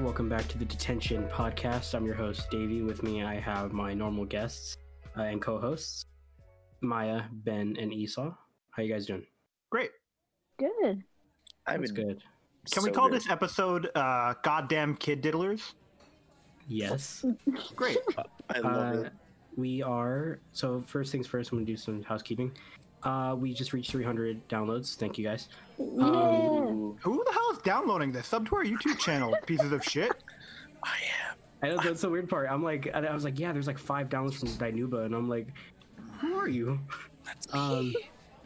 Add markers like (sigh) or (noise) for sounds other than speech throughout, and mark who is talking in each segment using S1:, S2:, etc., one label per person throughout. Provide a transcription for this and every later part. S1: welcome back to the Detention Podcast. I'm your host, Davey. With me, I have my normal guests uh, and co-hosts, Maya, Ben, and Esau. How you guys doing?
S2: Great.
S3: Good.
S1: I was good.
S2: Can we call this episode uh, Goddamn Kid Diddlers?
S1: Yes.
S2: (laughs) Great.
S4: I love
S1: Uh,
S4: it.
S1: We are so. First things first. I'm gonna do some housekeeping. Uh, we just reached 300 downloads. Thank you guys. Um,
S3: Yeah.
S4: Ooh,
S2: Who the hell is downloading this? Sub to our YouTube (laughs) channel, pieces of shit.
S4: I am.
S1: I know that's the weird part. I'm like, and I was like, yeah, there's like five downloads from Dinuba, and I'm like, who are you?
S4: That's
S1: Um,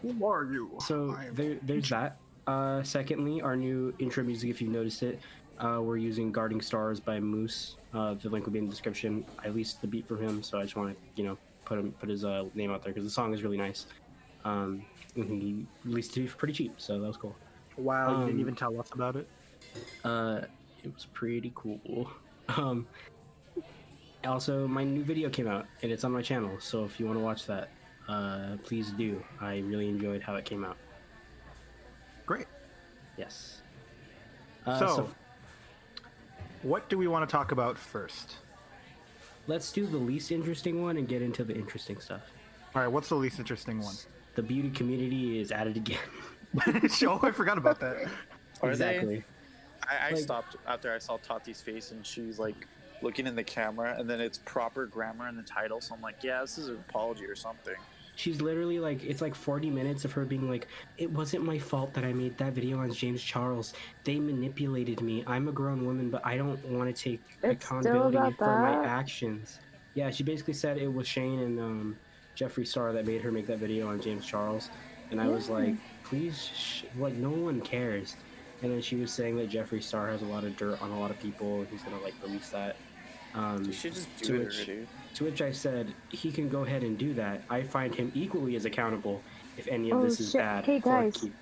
S2: Who are you?
S1: So
S2: I am-
S1: there, there's that. Uh, secondly, our new intro music, if you noticed it, uh, we're using "Guarding Stars" by Moose. Uh, the link will be in the description. I leased the beat from him, so I just want to, you know, put him put his uh, name out there because the song is really nice. Um, and he leased it for pretty cheap, so that was cool.
S2: wow, you
S1: um,
S2: didn't even tell us about it.
S1: Uh, it was pretty cool. Um, also, my new video came out, and it's on my channel. So if you want to watch that, uh, please do. I really enjoyed how it came out.
S2: Great.
S1: Yes. Uh,
S2: so,
S1: so,
S2: what do we want to talk about first?
S1: let's do the least interesting one and get into the interesting stuff.
S2: All right, what's the least interesting one?
S1: The beauty community is at it again. (laughs)
S2: (laughs) oh, I forgot about that.
S4: Are
S1: exactly.
S4: they? I, I
S1: Like-
S4: stopped after I saw Tati's face, and she's like looking in the camera, and then it's proper grammar in the title. So I'm like, yeah, this is an apology or something.
S1: She's literally like, it's like 40 minutes of her being like, it wasn't my fault that I made that video on James Charles. They manipulated me. I'm a grown woman, but I don't want to take
S3: It's still
S1: accountability
S3: about
S1: for my
S3: that?
S1: actions. Yeah, she basically said it was Shane and um, Jeffree Star that made her make that video on James Charles. And I was
S3: Yeah.
S1: like, please, sh- like, no one cares. And then she was saying that Jeffree Star has a lot of dirt on a lot of people. and He's going to, like, release that. Um,
S4: You should just
S1: To
S4: do it
S1: which-
S4: already.
S1: to which I said, he can go ahead and do that. I find him equally as accountable if any of
S3: Oh,
S1: this is
S3: shit.
S1: bad.
S3: Hey,
S1: for
S3: guys.
S1: Keith.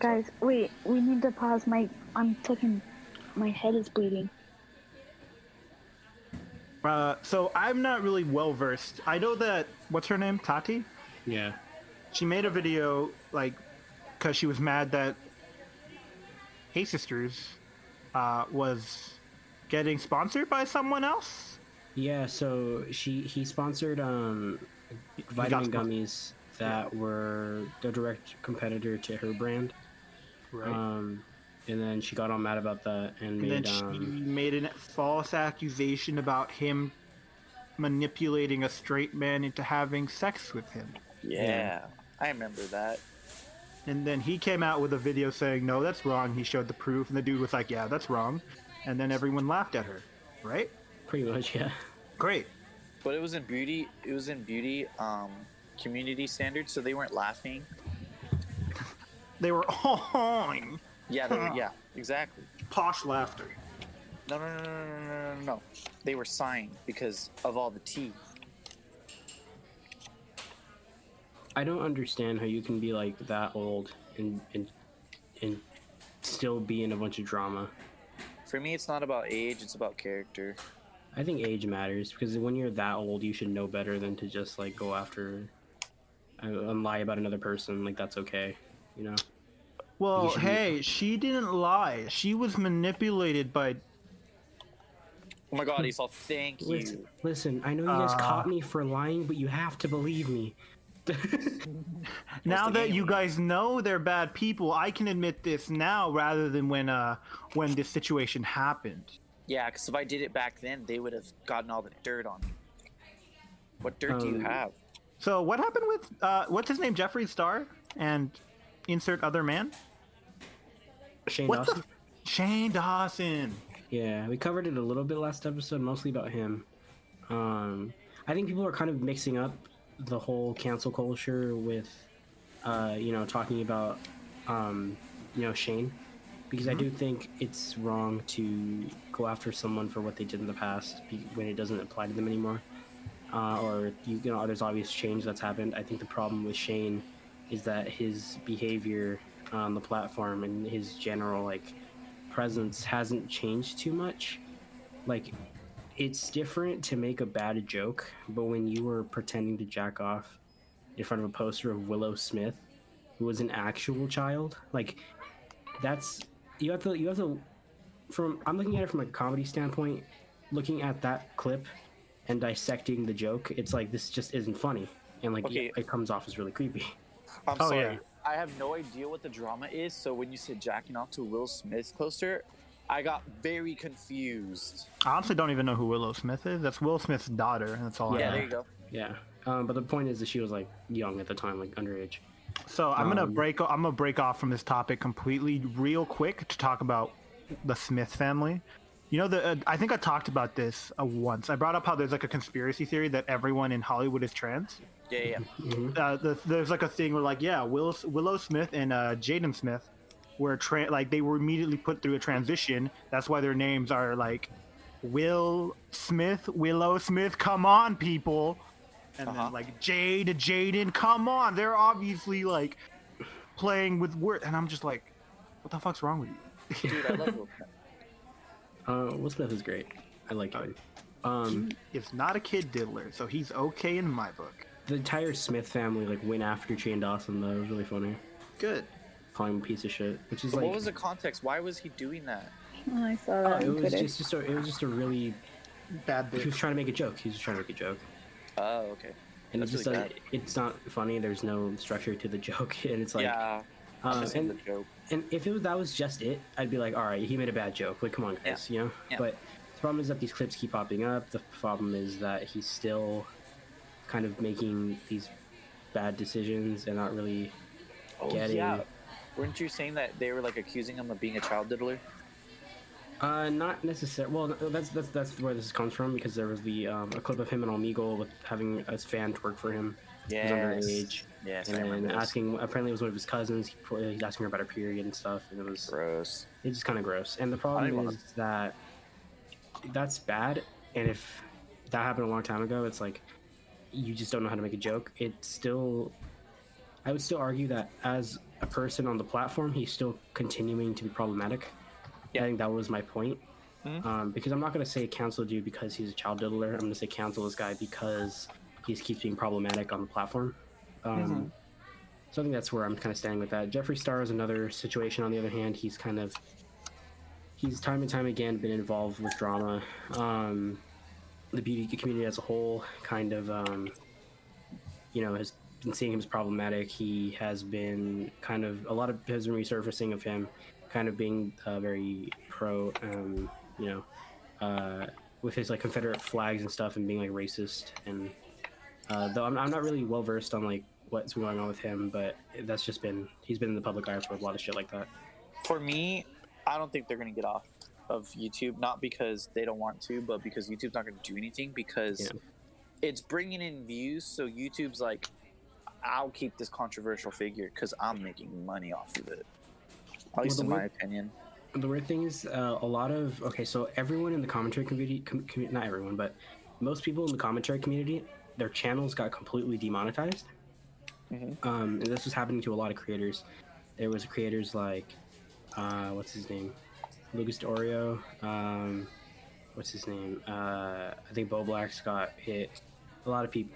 S3: Guys, wait. We need to pause. My I'm fucking. My head is bleeding.
S2: Uh, so I'm not really well versed. I know that what's her name, Tati.
S1: Yeah.
S2: She made a video like because she was mad that Hey Sisters uh, was getting sponsored by someone else.
S1: Yeah, so she he sponsored um vitamin
S2: spon-
S1: gummies that were the direct competitor to her brand. Um and then she got all mad about that and,
S2: and then
S1: made
S2: she
S1: um
S2: made a false accusation about him manipulating a straight man into having sex with him.
S4: Yeah, I remember that.
S2: And then he came out with a video saying, "No, that's wrong." He showed the proof, and the dude was like, "Yeah, that's wrong." And then everyone laughed at her. Right?
S1: pretty much (laughs) yeah.
S2: Great.
S4: But it was in beauty. It was in beauty um, community standards, so they weren't laughing.
S2: They were (laughs) oh,
S4: Yeah, they were, yeah, exactly.
S2: posh laughter.
S4: No, no, no, no, no, no, no, no. They were sighing because of all the tea.
S1: I don't understand how you can be like that old and and and still be in a bunch of drama.
S4: For me, it's not about age; it's about character.
S1: I think age matters because when you're that old, you should know better than to just like go after uh, and lie about another person. Like that's okay, you know.
S2: Well,
S1: You should-
S2: hey, she didn't lie. She was manipulated by.
S4: Oh my God, Esau! Thank you.
S1: Listen, listen, I know you guys
S2: Uh,
S1: caught me for lying, but you have to believe me. (laughs)
S2: Now
S4: the
S2: that
S4: game?
S2: you guys know they're bad people, I can admit this now rather than when uh when this situation happened.
S4: Yeah, because if I did it back then, they would have gotten all the dirt on me. What dirt do you
S1: Um,
S4: have?
S2: So what happened with uh what's his name, Jeffree Star, and insert other man?
S1: Shane
S2: What the?
S1: Dawson.
S2: f- Shane Dawson.
S1: Yeah, we covered it a little bit last episode, mostly about him. Um, I think people are kind of mixing up the whole cancel culture with, uh, you know, talking about, um, you know, Shane, because I do think it's wrong to go after someone for what they did in the past be- when it doesn't apply to them anymore, uh, or you, you know, there's obvious change that's happened. I think the problem with Shane is that his behavior on the platform and his general like presence hasn't changed too much. Like, it's different to make a bad joke, but when you were pretending to jack off in front of a poster of Willow Smith, who was an actual child, like that's you have to you have to from I'm looking at it from a comedy standpoint, looking at that clip and dissecting the joke, it's like this just isn't funny, and like
S4: Okay.
S1: it, it comes off as really creepy. (laughs)
S4: I'm
S2: Oh,
S4: sorry.
S2: yeah.
S4: I have no idea what the drama is, so when you said jacking off to Will Smith's poster, I got very confused.
S2: I honestly don't even know who Willow Smith is. That's Will Smith's daughter. and That's all
S4: Yeah,
S2: I
S4: there
S2: know.
S4: you go.
S1: Yeah, um, but the point is that she was like young at the time, like underage.
S2: So I'm gonna
S1: Um,
S2: break. I'm gonna break off from this topic completely, real quick, to talk about the Smith family. You know, the uh, I think I talked about this uh, once. I brought up how there's like a conspiracy theory that everyone in Hollywood is trans.
S4: Yeah, yeah. yeah.
S2: Uh, the, there's like a thing where like yeah, Will, Willow Smith and uh, Jaden Smith were tra- like they were immediately put through a transition. That's why their names are like Will Smith, Willow Smith. Come on, people. And
S4: Uh-huh.
S2: then like Jade, Jaden. Come on, they're obviously like playing with word. And I'm just like, what the fuck's wrong with you?
S4: Dude, I love Will
S1: (laughs)
S4: Smith.
S1: Uh, Will Smith is great. I like him. Um,
S2: It's not a kid diddler, so he's okay in my book.
S1: the entire Smith family like went after Shane Dawson though. It was really funny.
S2: Good.
S1: Calling him a piece of shit, which is like
S4: what was the context? Why was he doing that?
S3: Oh, I saw that
S1: Uh, it
S3: on
S1: was
S3: Twitter.
S1: just, just a, it was just a really
S2: Bad
S1: he was
S2: bitch.
S1: trying to make a joke. He was just trying to make a joke,
S4: Oh, okay.
S1: and
S4: That's
S1: it's just
S4: really
S1: like it's not funny. There's no structure to the (laughs) joke, and it's like
S4: yeah, I'm
S1: uh,
S4: missing the
S1: and,
S4: joke.
S1: and if it was that was just it, I'd be like, all right, he made a bad joke. Like, come on, guys, you know.
S4: Yeah.
S1: But the problem is that these clips keep popping up. The problem is that he's still kind of making these bad decisions and not really
S4: Oh,
S1: getting.
S4: yeah. Weren't you saying that they were like accusing him of being a child diddler?
S1: Uh, not necessarily. Well, no, that's that's that's where this comes from because there was the um, a clip of him and Omegle with having a fan twerk for him. He's underage.
S4: Yes, I
S1: and then
S4: remember. Asking...
S1: asking apparently it was one of his cousins he, pro- he's asking her about her period and stuff and it was
S4: Gross.
S1: it's just kind of gross and the
S4: I
S1: problem
S4: wanna-
S1: is that that's bad and if that happened a long time ago it's like you just don't know how to make a joke it's still i would still argue that as a person on the platform he's still continuing to be problematic
S4: Yeah.
S1: i think that was my point
S4: Mhm.
S1: um, because i'm not going to say cancel you because he's a child diddler i'm going to say cancel this guy because he just keeps being problematic on the platform um,
S4: Mm-hmm.
S1: so I think that's where I'm kind of standing with that. Jeffree Star is another situation. On the other hand, he's kind of he's time and time again been involved with drama. Um, the beauty community as a whole, kind of, um, you know, has been seeing him as problematic. He has been kind of a lot of has been resurfacing of him, kind of being uh, very pro, um, you know, uh, with his like Confederate flags and stuff, and being like racist. And uh, though I'm, I'm not really well versed on like what's going on with him, but that's just been he's been in the public eye for a lot of shit like that.
S4: For me, I don't think they're gonna get off of YouTube. Not because they don't want to, but because YouTube's not gonna do anything. Because
S1: Yeah.
S4: it's bringing in views, so YouTube's like, I'll keep this controversial figure because I'm making money off of it. At least
S1: the
S4: in my
S1: weird-
S4: opinion.
S1: The weird thing is, uh, a lot of okay, so everyone in the commentary community, com- commu- not everyone, but most people in the commentary community, their channels got completely demonetized.
S4: Mhm.
S1: Um, and this was happening to a lot of creators. There was creators like, uh, what's his name, Lucas D'Orio. Um, what's his name? Uh, I think Bo Black's got hit. A lot of people.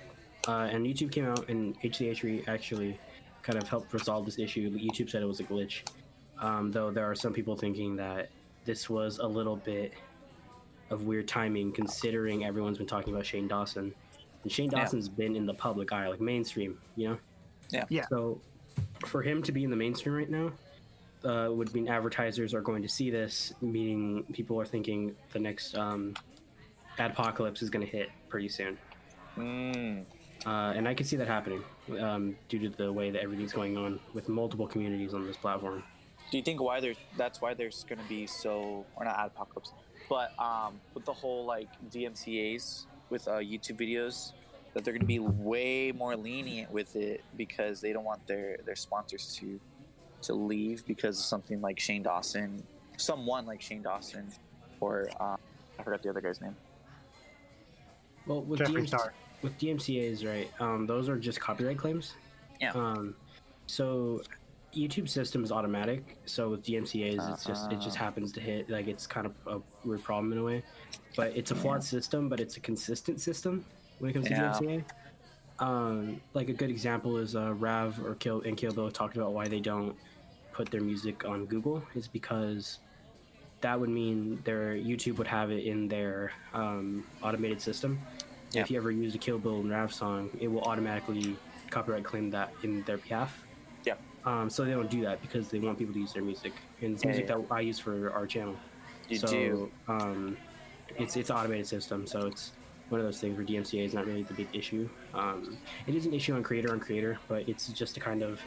S1: Uh, and YouTube came out, and HCH re- actually kind of helped resolve this issue. YouTube said it was a glitch, um, though there are some people thinking that this was a little bit of weird timing, considering everyone's been talking about Shane Dawson, and Shane
S4: Yeah.
S1: Dawson's been in the public eye, like mainstream, you know.
S4: Yeah.
S2: Yeah.
S1: So for him to be in the mainstream right now, uh, would mean advertisers are going to see this, meaning people are thinking the next um, adpocalypse is going to hit pretty soon.
S4: Mm.
S1: Uh, and I can see that happening um, due to the way that everything's going on with multiple communities on this platform.
S4: Do you think why there's that's why there's gonna be so or not apocalypse, but um, with the whole like DMCA's with uh, YouTube videos that they're gonna be way more lenient with it because they don't want their their sponsors to to leave because of something like Shane Dawson, someone like Shane Dawson, or um, I forgot the other guy's name.
S1: Well, with,
S2: Jeffree
S1: DMC,
S2: Star.
S1: with DMCA's, right, um, those are just copyright claims.
S4: Yeah.
S1: Um, so YouTube system is automatic. So with DMCA's, it's just it just happens to hit. Like it's kind of a weird problem in a way, but it's a flawed system, but it's a consistent system when it comes
S4: Yeah.
S1: to DMCA. Um, like a good example is uh, Rav or Kill and Kill Bill talked about why they don't put their music on Google is because that would mean their YouTube would have it in their um, automated system.
S4: Yeah.
S1: If you ever use a Kill Bill and Rav song, it will automatically copyright claim that in their behalf.
S4: Yeah.
S1: Um, so they don't do that because they want people to use their music, and it's
S4: Yeah,
S1: music
S4: yeah.
S1: that I use for our channel.
S4: You
S1: so,
S4: do.
S1: Um, it's it's automated system, so it's one of those things where DMCA is not really the big issue. Um, it is an issue on creator on creator, but it's just a kind of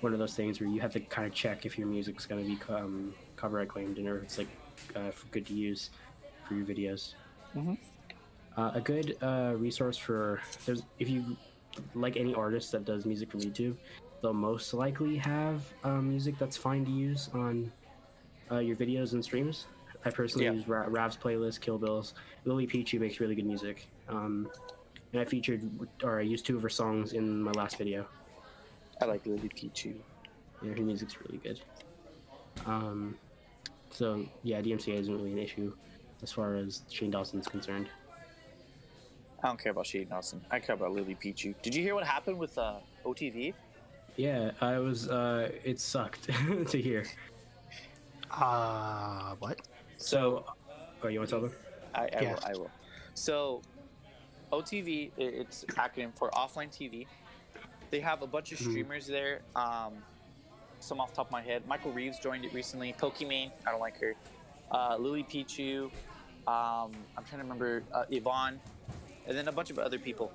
S1: one of those things where you have to kind of check if your music's going to be um, copyright claimed and if it's like uh, f- good to use for your videos.
S4: Mhm.
S1: Uh, a good uh, resource for there's if you like any artist that does music for YouTube, they'll most likely have um, music that's fine to use on uh, your videos and streams. I personally
S4: Yeah.
S1: use Ra- Rav's playlist, Kill Bills. Lily Pichu makes really good music, um, and I featured or I used two of her songs in my last video.
S4: I like Lily Pichu.
S1: Yeah, her music's really good. Um, so yeah, DMCA isn't really an issue as far as Shane Dawson's concerned.
S4: I don't care about Shane Dawson. I care about Lily Pichu. Did you hear what happened with uh, OTV?
S1: Yeah, I was. Uh, it sucked (laughs) to hear.
S2: Uh, what?
S1: So, oh, you want to tell them?
S4: I, I
S2: Yeah.
S4: will. I will. So, OTV, i- it's acronym for offline TV. They have a bunch of
S1: Mhm.
S4: streamers there. Um, some off the top of my head, Michael Reeves joined it recently. Pokimane, I don't like her. Uh, Lily Pichu. Um, I'm trying to remember uh, Yvonne, and then a bunch of other people.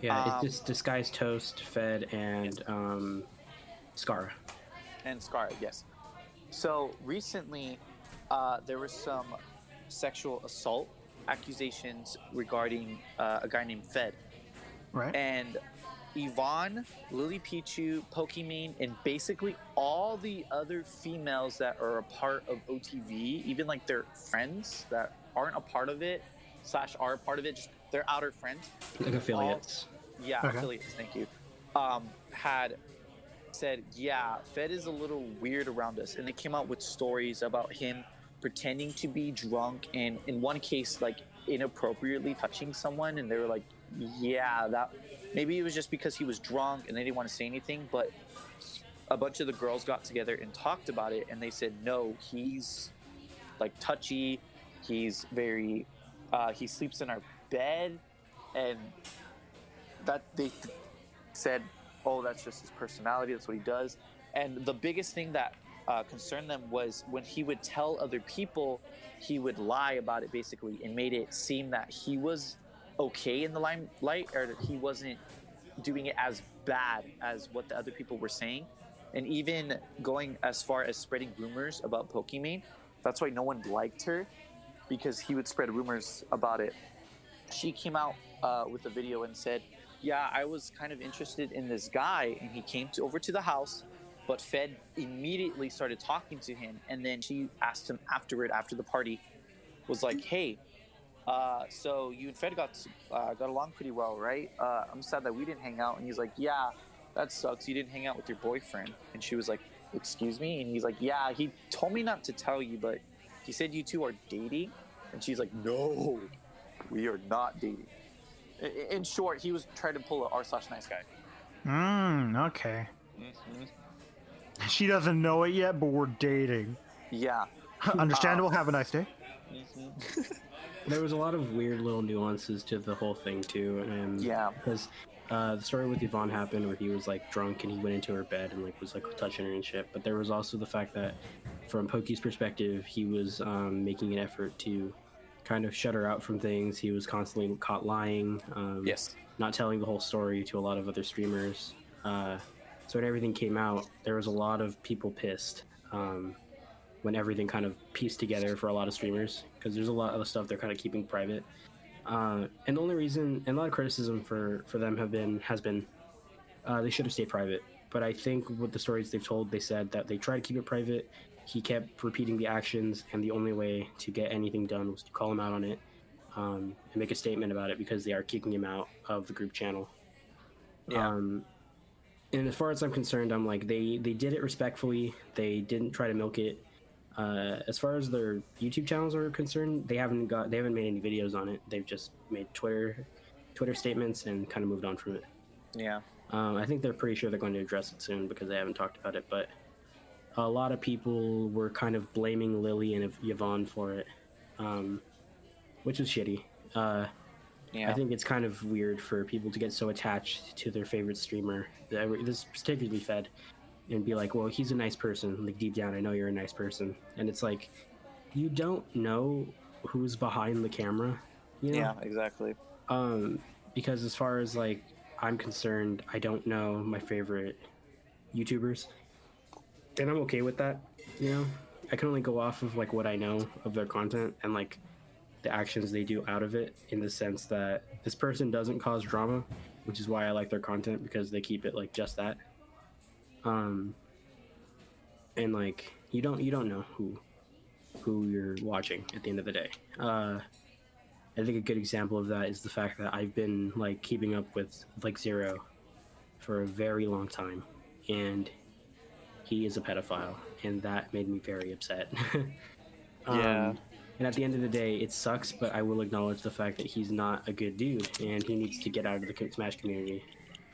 S1: Yeah,
S4: Um,
S1: it's just disguised toast, fed, and um, Scara.
S4: and Scarlet, yes. So recently, uh, there was some sexual assault accusations regarding uh, a guy named Fed.
S2: Right?
S4: And Yvonne, Lily Pichu, Pokimane, and basically all the other females that are a part of OTV, even like their friends that aren't a part of it, slash are a part of it, just their outer friends,
S1: Like affiliates.
S4: yeah,
S2: Okay.
S4: affiliates, thank you, um, had said, yeah, Fed is a little weird around us. And they came out with stories about him pretending to be drunk and in one case, like inappropriately touching someone. And they were like, yeah, that maybe it was just because he was drunk and they didn't want to say anything. But a bunch of the girls got together and talked about it. And they said, no, he's like touchy. He's very, uh, he sleeps in our bed. And that they said, "Oh, that's just his personality. That's what he does." And the biggest thing that uh, concerned them was when he would tell other people, he would lie about it basically, and made it seem that he was okay in the limelight or that he wasn't doing it as bad as what the other people were saying, and even going as far as spreading rumors about Pokimane. That's why no one liked her because he would spread rumors about it she came out uh, with a video and said, "Yeah, I was kind of interested in this guy, and he came to, over to the house, but Fed immediately started talking to him, and then she asked him afterward, after the party, was like, "Hey, uh, so you and Fed got to- uh, got along pretty well, right? Uh, I'm sad that we didn't hang out." And he's like, "Yeah, that sucks. You didn't hang out with your boyfriend." And she was like, "Excuse me?" And he's like, "Yeah, he told me not to tell you, but he said you two are dating." And she's like, "No." we are not dating. I- I- In short, he was trying to pull a r slash nice guy.
S2: Mm, okay. (laughs) She doesn't know it yet, but we're dating. (laughs)
S4: Yeah.
S2: Understandable. Have a nice day.
S1: There was a lot of weird little nuances to the whole thing too, and
S4: Yeah.
S1: because uh, the story with Yvonne happened where he was like drunk and he went into her bed and like was like touching her and shit. But there was also the fact that, from Pokey's perspective, he was um, making an effort to kind of shut her out from things. He was constantly caught lying. Um,
S4: Yes.
S1: not telling the whole story to a lot of other streamers. Uh, so when everything came out, there was a lot of people pissed um, when everything kind of pieced together for a lot of streamers because there's a lot of stuff they're kind of keeping private. Uh, and the only reason, and a lot of criticism for for them have been has been uh, they should have stayed private. But I think with the stories they've told, they said that they tried to keep it private. He kept repeating the actions, and the only way to get anything done was to call him out on it um, and make a statement about it because they are kicking him out of the group channel.
S4: Yeah.
S1: Um, and as far as I'm concerned, I'm like they they did it respectfully. They didn't try to milk it. Uh, as far as their YouTube channels are concerned, they haven't got they haven't made any videos on it. They've just made Twitter Twitter statements and kind of moved on from it.
S4: Yeah.
S1: Um, I think they're pretty sure they're going to address it soon because they haven't talked about it. But a lot of people were kind of blaming Lily and Yvonne for it, um, which is shitty. Uh,
S4: Yeah.
S1: I think it's kind of weird for people to get so attached to their favorite streamer, that- this particularly Fed, and be like, "Well, he's a nice person." Like deep down, I know you're a nice person, and it's like, you don't know who's behind the camera, you know?
S4: yeah. Exactly.
S1: Um, because as far as like I'm concerned, I don't know my favorite YouTubers, and I'm okay with that. You know, I can only go off of like what I know of their content and like the actions they do out of it. In the sense that this person doesn't cause drama, which is why I like their content because they keep it like just that. Um, and like you don't you don't know who who you're watching at the end of the day. Uh, I think a good example of that is the fact that I've been like keeping up with like Zero for a very long time, and he is a pedophile, and that made me very upset. (laughs)
S4: Yeah.
S1: Um, And at the end of the day, it sucks, but I will acknowledge the fact that he's not a good dude, and he needs to get out of the co- Smash community.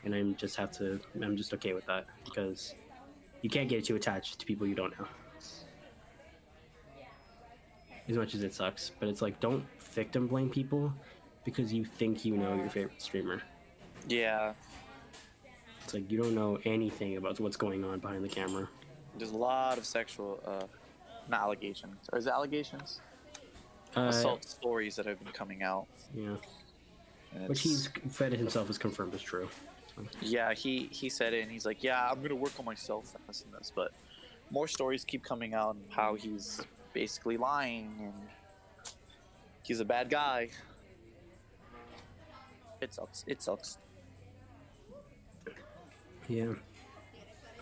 S1: And I'm just have to, I'm just okay with that because you can't get too attached to people you don't know. As much as it sucks, but it's like don't victim blame people because you think you know your favorite streamer.
S4: Yeah.
S1: It's like you don't know anything about what's going on behind the camera.
S4: There's a lot of sexual, uh, not allegations, or is it allegations?
S1: Uh,
S4: Assault stories that have been coming out.
S1: Yeah,
S4: and
S1: which
S4: it's-
S1: he's fed himself is confirmed as true.
S4: Yeah, he he said it, and he's like, "Yeah, I'm gonna work on myself and this and this." But more stories keep coming out and how he's basically lying and he's a bad guy. It sucks. It sucks.
S1: Yeah.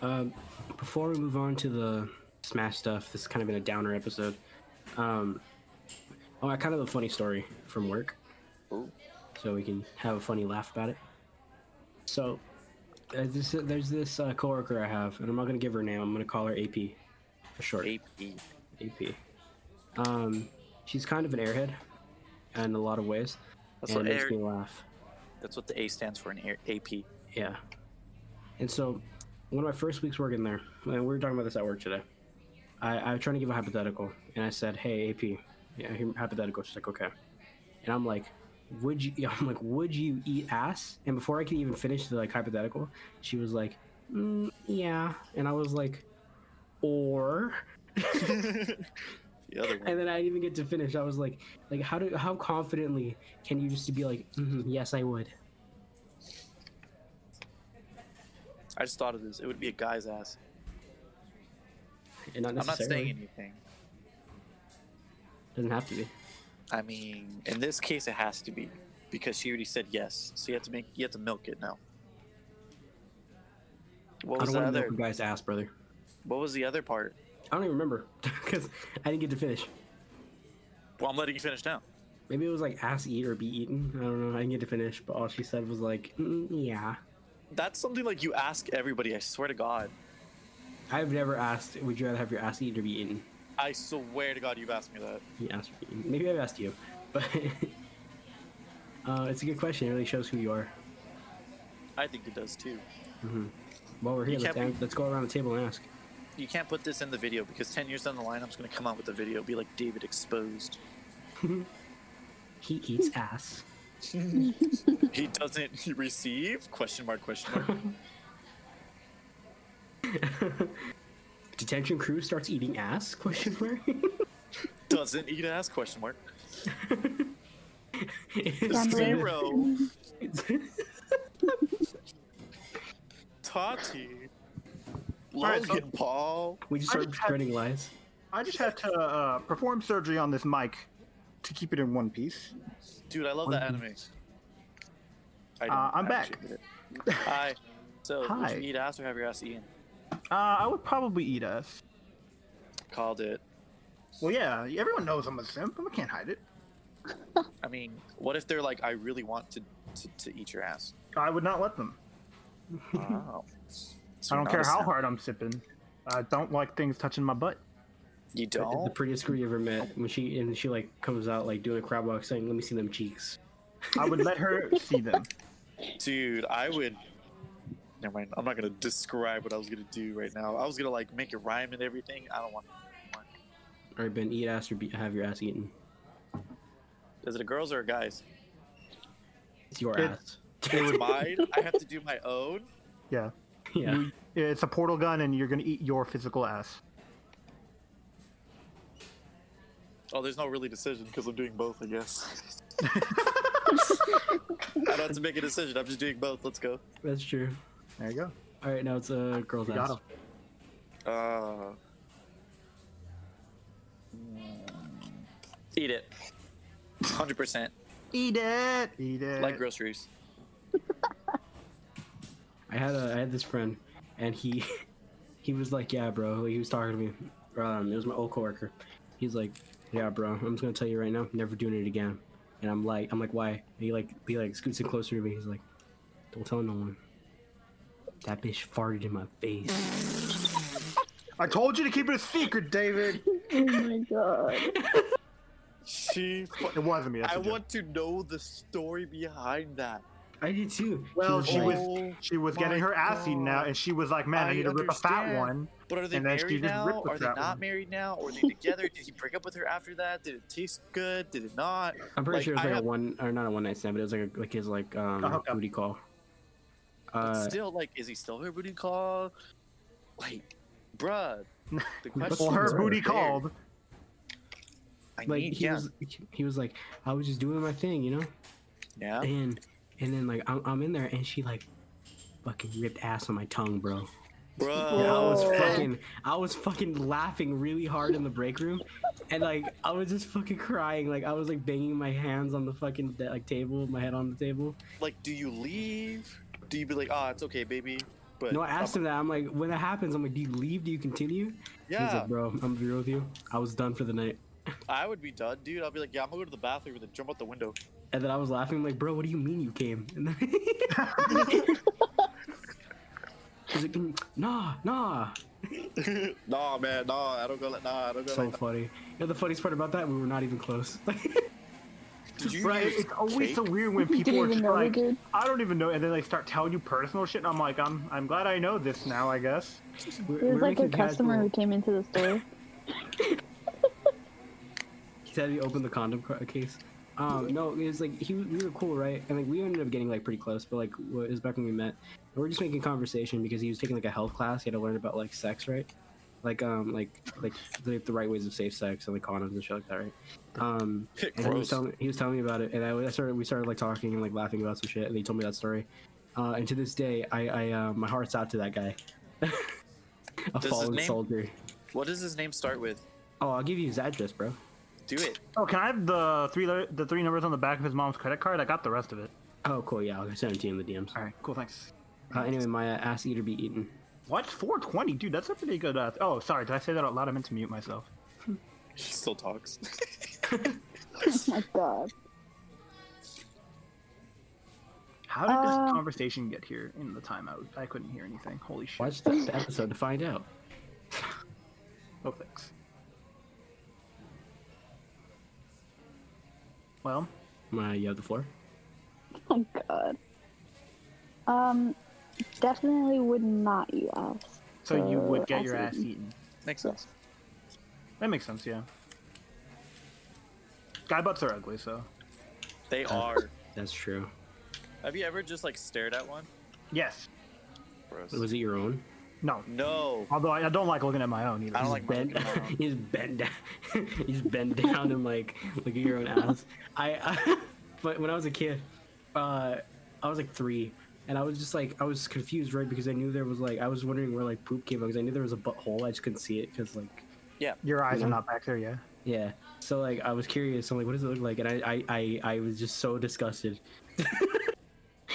S1: Um, before we move on to the Smash stuff, this has kind of been a downer episode. Um, oh, I kind of have a funny story from work,
S4: Ooh.
S1: so we can have a funny laugh about it. So, uh, this, there's this uh, coworker I have, and I'm not gonna give her a name. I'm gonna call her AP for short.
S4: AP.
S1: AP. Um, she's kind of an airhead in a lot of ways,
S4: That's
S1: and
S4: what
S1: it makes
S4: air,
S1: me laugh.
S4: That's what the A stands for in air, AP.
S1: Yeah. And so, one of my first weeks working there, and we were talking about this at work today. I, I was trying to give a hypothetical, and I said, "Hey, AP, yeah, hy- hypothetical." She's like, "Okay," and I'm like, "Would you?" (laughs) yeah, I'm like, "Would you eat ass?" And before I could even finish the like hypothetical, she was like, mm, "Yeah," and I was like, "Or,"
S4: the other one.
S1: and then I didn't even get to finish. I was like, "Like, how do how confidently can you just be like, "Mhm, yes, I would"?
S4: I just thought of this. It would be a guy's ass.
S1: And not
S4: I'm not
S1: necessarily
S4: saying anything.
S1: doesn't have to be.
S4: I mean, in this case, it has to be because she already said yes. So you have to make you have to milk it now. What
S1: I
S4: was
S1: don't
S4: the
S1: want to
S4: other?
S1: milk a guy's ass, brother.
S4: What was the other part?
S1: I don't even remember (laughs) because I didn't get to finish.
S4: Well, I'm letting you finish now.
S1: Maybe it was like ass eat or be eaten. I don't know. I didn't get to finish, but all she said was like, mm, "Yeah."
S4: That's something like you ask everybody. I swear to God.
S1: I've never asked, "Would you rather have your ass eaten or be eaten?"
S4: I swear to God, you've asked me that.
S1: You asked me. Maybe I've asked you, (laughs) but uh, it's a good question. It really shows who you are.
S4: I think it does too.
S1: While we're here,
S4: You
S1: let's,
S4: can't
S1: an- let's go around the table and ask.
S4: You can't put this in the video because 10 years down the line, I'm just going to come out with a video, be like David exposed.
S1: He eats ass. (laughs)
S4: he doesn't (laughs) receive? Question mark, question (laughs) mark.
S1: Detention crew starts eating ass? Question mark. (laughs)
S4: doesn't eat ass? Question mark.
S1: (laughs) It's-
S4: Zero.
S1: it's-
S4: Tati.
S2: right, so-
S4: Logan Paul.
S1: (laughs) we just
S2: I
S1: start
S2: just had-
S1: spreading lies.
S2: I just had to uh, perform surgery on this mic to keep it in one piece.
S4: Dude, I love that anime. I
S2: Uh,
S4: didn't
S2: I'm back.
S4: actually did it. Hi. So,
S2: Hi.
S4: would you eat ass or have your ass eaten?
S2: Uh, I would probably eat us.
S4: Called it.
S2: Well, yeah, everyone knows I'm a simp. I can't hide it.
S4: I mean, what if they're like, I really want to, to, to eat your ass? (laughs) Oh.
S2: I would not let them.
S4: Wow.
S2: I
S4: So
S2: don't
S4: you're not
S2: care
S4: a
S2: how
S4: simp.
S2: hard I'm sipping. I don't like things touching my butt.
S4: You
S1: The
S4: don't? (laughs)
S1: prettiest girl you ever met. When she and she like comes out like doing a crab walk, saying, "Let me see them cheeks."
S2: (laughs) I would let her see them.
S4: Dude, I would. never mind. I'm not gonna describe what I was gonna do right now. I was gonna like make it rhyme and everything. I don't want.
S1: All right, Ben, eat ass or be, have your ass eaten.
S4: Is it a girls or a (laughs) guys?
S1: It's your
S2: It-
S1: ass. (laughs)
S4: It's mine. I have to do my own.
S2: Yeah.
S1: Yeah.
S2: It's a portal gun, and you're gonna eat your physical ass.
S4: Oh, there's no really decision because I'm doing both, I guess. (laughs) I don't have to make a decision. I'm just doing both. Let's go.
S1: That's true.
S2: There you go.
S1: All right, now it's a uh, girl's
S2: You got
S1: ass.
S2: him.
S4: Uh, mm, eat it. 100%.
S2: Eat it. Eat it.
S4: Like groceries.
S1: I had a I had this friend, and he (laughs) he was like, "Yeah, bro." Like, he was talking to me. Um, it was my old coworker. He's like, "Yeah, bro. I'm just gonna tell you right now, never doing it again." And I'm like, I'm like, why? And he like he like scoots in closer to me. He's like, "Don't tell no one." That bitch farted in my face.
S2: I told you to keep it a secret, David.
S3: (laughs) Oh my god.
S4: She.
S2: It wasn't me. (laughs) That's
S4: I
S2: a joke.
S4: want to know the story behind that.
S1: I did too.
S2: Well,
S1: was
S2: she
S1: like-
S2: was she was getting
S4: my
S2: her ass eaten out,
S4: God.
S2: and she was like, "Man, I,
S4: I
S2: need to rip a fat
S4: understand.
S2: one."
S4: Oh, But are they
S2: And then she
S4: married
S2: just
S4: now?
S2: ripped with
S4: Are they
S2: that
S4: not
S2: one.
S4: married now? Or are they together? Did he break up with her after that? Did it taste good? Did it not?
S1: I'm pretty
S4: Like,
S1: sure it was
S4: I
S1: like
S4: have-
S1: a one or not a one night stand, but it was like a, like his like um
S2: A hookup.
S1: booty call.
S4: But
S1: Uh,
S4: still, like, is he still her booty call? Like, bruh.
S2: (laughs)
S4: The question
S2: Well,
S1: That's
S2: her
S1: right
S2: booty
S4: there.
S2: called.
S4: I
S1: like
S4: need,
S1: he
S4: yeah.
S1: was he was like, I was just doing my thing, you know.
S4: yeah.
S1: and and then like I'm, I'm in there and she like fucking ripped ass on my tongue bro
S4: Bruh.
S1: yeah, i was
S3: Oh.
S1: fucking i was fucking laughing really hard in the break room and like i was just fucking crying like i was like banging my hands on the fucking de- like table my head on the table
S4: Like, do you leave? Do you be like, ah, it's okay, baby? But
S1: no i asked him that i'm like when that happens i'm like do you leave do you continue he's
S4: yeah,
S1: like bro i'm gonna be real with you i was done for the night
S4: I would be done, dude. I'll be like, yeah, I'm gonna go to the bathroom and then jump out the window.
S1: and then i was laughing like bro what do you mean you came (laughs) and then he's like "Mm, nah nah
S4: nah, man, nah, I don't go like, nah, I don't go
S1: so
S4: like.
S1: funny you know the funniest part about that we were not even close (laughs)
S4: Did you
S2: Right?
S4: use
S2: It's always
S4: cake?
S2: so weird when people
S3: Didn't
S2: are
S3: even
S2: just
S3: know we
S2: like,
S3: did.
S2: "I don't even know," and then they start telling you personal shit. And I'm like, "I'm I'm glad I know this now. I guess."
S1: We're,
S3: It was like a
S1: making
S3: customer who
S1: casual-
S3: came into the store.
S1: He said he opened the condom ca- case. Um, no, it was like he was- we were cool, right? And like we ended up getting like pretty close, but like w- it was back when we met. And we're just making conversation because he was taking like a health class. He had to learn about like sex, right? Like um, like like the, the right ways of safe sex and like condoms and shit like that, right?
S4: (laughs)
S1: Um, and he was
S4: Gross.
S1: telling he was telling me about it, and I, I started we started like talking and like laughing about some shit, and he told me that story. Uh, and to this day, I, I uh, my heart's out to that guy, (laughs) a
S4: his
S1: fallen
S4: name-
S1: soldier.
S4: What does his name start with?
S1: Oh, I'll give you his address, bro.
S4: Do it.
S2: Oh, can I have the three le- the three numbers on the back of his mom's credit card? I got the rest of it.
S1: Oh, cool. Yeah, I'll send it to you in the DMs.
S2: All right, cool, thanks.
S1: Uh, anyway, my uh, ass eater be eaten.
S2: What? 420, dude. That's a pretty good. Uh, oh, sorry. Did I say that out loud? I meant to mute myself.
S4: (laughs) He still talks.
S3: Oh my god.
S2: How did this
S3: Uh,
S2: conversation get here in the timeout? I couldn't hear anything. Holy shit.
S1: Watch the (laughs) episode to find out.
S2: Oh, thanks. Well,
S1: My, you have the floor.
S3: Oh god. Um, definitely would not eat ass.
S2: so you would
S3: Uh,
S2: get your
S3: ass
S2: ass eaten.
S4: (laughs) Makes sense.
S2: That makes sense, yeah. Guy butts are ugly, so.
S4: They are.
S1: That's true.
S4: Have you ever just like stared at one?
S2: Yes.
S4: Gross.
S1: Was it your own?
S2: No.
S4: No.
S2: Although I, I don't like looking at my own either.
S4: I don't like my
S1: Bend. (laughs)
S4: looking at my own.
S1: you just bend down. (laughs) you just bend down and like look at your own ass. I, I (laughs) but when I was a kid, uh, I was like three, and I was just like I was confused, right? Because I knew there was like I was wondering where like poop came from because I knew there was a butthole. I just couldn't see it because like
S2: Your eyes
S1: Yeah.
S2: are not back there, yeah.
S1: yeah. So like I was curious. I'm like, what does it look like? And I I I, I was just so disgusted. (laughs)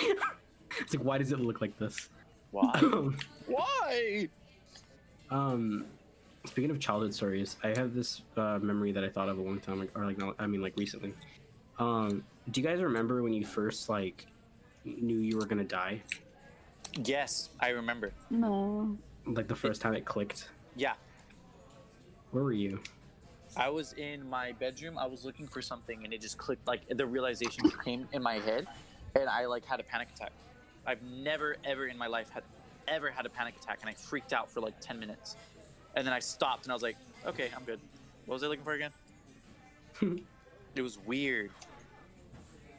S1: it's like why does it look like this?
S4: Why? Why?
S1: Um, speaking of childhood stories, I have this uh, memory that I thought of a long time ago, or like, not, I mean, like recently. Um, do you guys remember when you first like knew you were gonna die?
S4: Yes, I remember.
S3: No.
S1: Like the first time it clicked.
S4: Yeah,
S1: Where were you?
S4: I was in my bedroom. I was looking for something, and it just clicked. Like the realization came in my head, and I like had a panic attack. I've never ever in my life had ever had a panic attack, and I freaked out for like ten minutes, and then I stopped, and I was like, okay, I'm good. What was I looking for again? it was weird.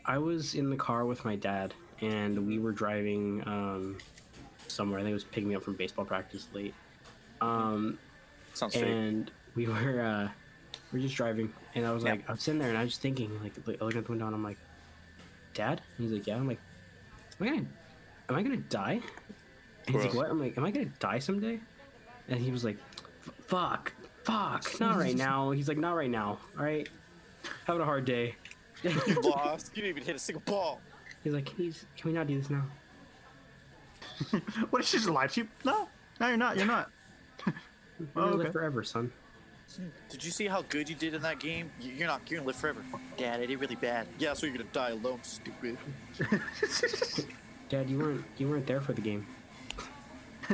S1: I was in the car with my dad, and we were driving um, somewhere. I think it was picking me up from baseball practice late. Um,
S4: Sounds strange.
S1: and we were uh, we were just driving, and I was
S4: Yeah.
S1: like, I was sitting there, and I was just thinking, like, look- looking at the window, and I'm like, Dad? And he's like, Yeah. I'm like, Am I gonna, am I gonna die? And he's like,
S4: Gross.
S1: What? I'm like, Am I gonna die someday? And he was like, "F- Fuck, fuck, not right now. He's like, Not right now. All right, having a hard day. (laughs)
S4: You lost. You didn't even hit a single ball.
S1: He's like, he's, can we not do this now?
S2: (laughs) What is she just lied to you? No, no, you're not. You're not.
S1: We're
S2: (laughs)
S1: gonna
S2: Oh,
S1: live
S2: okay.
S1: forever, son.
S4: Did you see how good you did in that game? You- You're not. You're gonna live forever. Dad, I did really bad. Yeah, so you're gonna die alone, stupid.
S1: Dad, you weren't you weren't there for the game.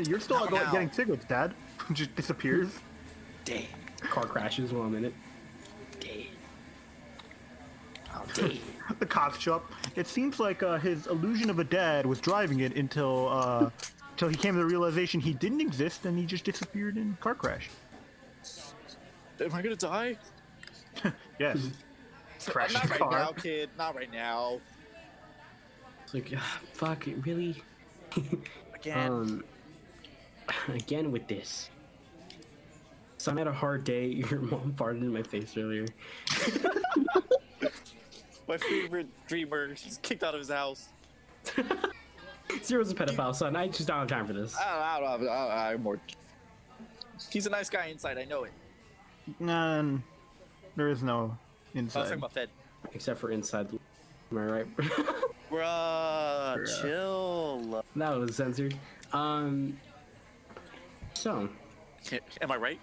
S2: you're still
S4: How
S2: out going
S4: now?
S2: getting cigarettes, Dad. (laughs) just disappears.
S4: Damn.
S1: Car crashes while I'm in it.
S4: Damn. Oh,
S1: (laughs)
S4: damn.
S2: The cops show up. It seems like uh, his illusion of a dad was driving it until uh, till he came to the realization he didn't exist and he just disappeared in a car crash.
S4: Am I gonna die?
S2: Yes. (laughs) Crash
S4: not
S2: his
S4: right
S2: car.
S4: now, kid. Not right now.
S1: It's like, ah, fuck, it really? (laughs)
S4: Again.
S1: Um, again with this. So I had a hard day. (laughs) Your mom farted in my face earlier.
S4: My favorite dreamer. He's kicked out of his house.
S1: Zero's a pedophile, son. I just don't have time for this.
S4: I don't, I don't, I don't, I'm more. He's a nice guy inside. I know it.
S2: None. There is no
S4: I was
S2: inside.
S4: talking about Fed.
S1: Except for inside. the- Am I right? (laughs)
S4: Bruh, chill.
S1: that was censored. Um. So,
S4: Am I right?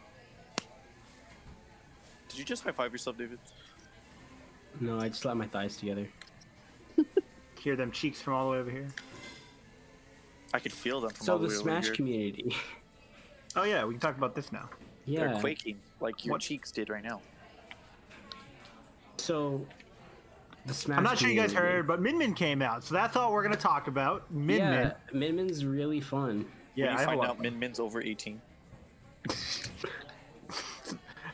S4: Did you just high five yourself, David?
S1: no, I just slapped my thighs together.
S2: Hear them cheeks from all the way over here.
S4: I could feel them from
S1: So
S4: all the,
S1: the
S4: way over
S1: Smash
S4: here.
S1: community. (laughs)
S2: Oh yeah, we can talk about this now.
S1: yeah.
S4: They're quaking like your
S2: What-
S4: cheeks did right now.
S1: So, the Smash.
S2: I'm not sure you guys
S1: community.
S2: heard, but Min Min came out, so that's all we're gonna talk about. Min Min.
S1: Yeah, Min Min's really fun.
S4: When
S2: Yeah, I
S4: you
S2: have
S4: find
S2: a lot
S4: out Min Min's over 18.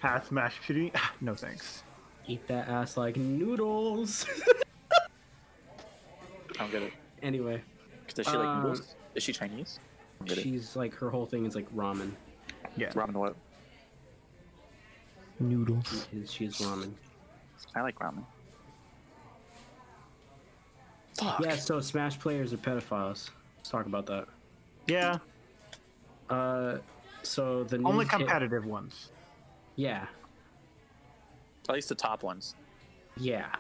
S2: Half smash shooting. (laughs) No thanks.
S1: Eat that ass like noodles. (laughs)
S4: I don't get it.
S1: anyway,
S4: 'Cause Does she like
S2: Uh,
S1: Um,
S4: noodles? Is she Chinese? I don't get it.
S1: she's like her whole thing is like ramen.
S2: Yeah.
S4: Ramen what?
S2: Noodles.
S1: She is, she is ramen.
S4: I like ramen. Fuck.
S1: Yeah, so Smash players are pedophiles. Let's talk about that.
S2: Yeah.
S1: Uh, so the
S2: Only
S1: news hit-
S2: competitive ones.
S1: yeah,
S4: At least the top ones.
S1: yeah.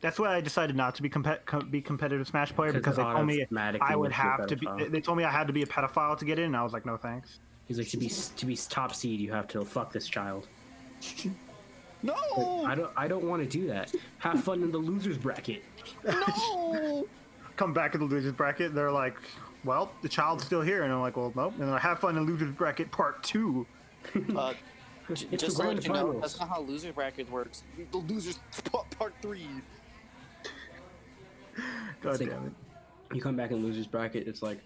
S2: That's why I decided not to be compet- com- be competitive Smash player
S1: Because
S2: because they
S1: it
S2: told me
S1: automatically
S2: I would
S1: makes you a
S2: have to be.
S1: pedophile.
S2: They told me I had to be a pedophile to get in, and I was like, no thanks.
S1: He's like to be to be top seed, you have to fuck this child.
S4: No!
S1: I don't I don't want to do that. Have fun in the losers bracket.
S4: No!
S2: Come back in the losers bracket, and they're like, well, the child's still here, and I'm like, well, nope. And then I have fun in losers bracket part two.
S4: (laughs) Uh, j-
S1: It's
S4: just
S1: the
S4: to
S1: grand
S4: let you know,
S1: finals.
S4: that's not how loser bracket works. The losers (laughs) p- part three.
S2: God
S1: like-
S2: damn it.
S1: You come back in losers bracket, it's like,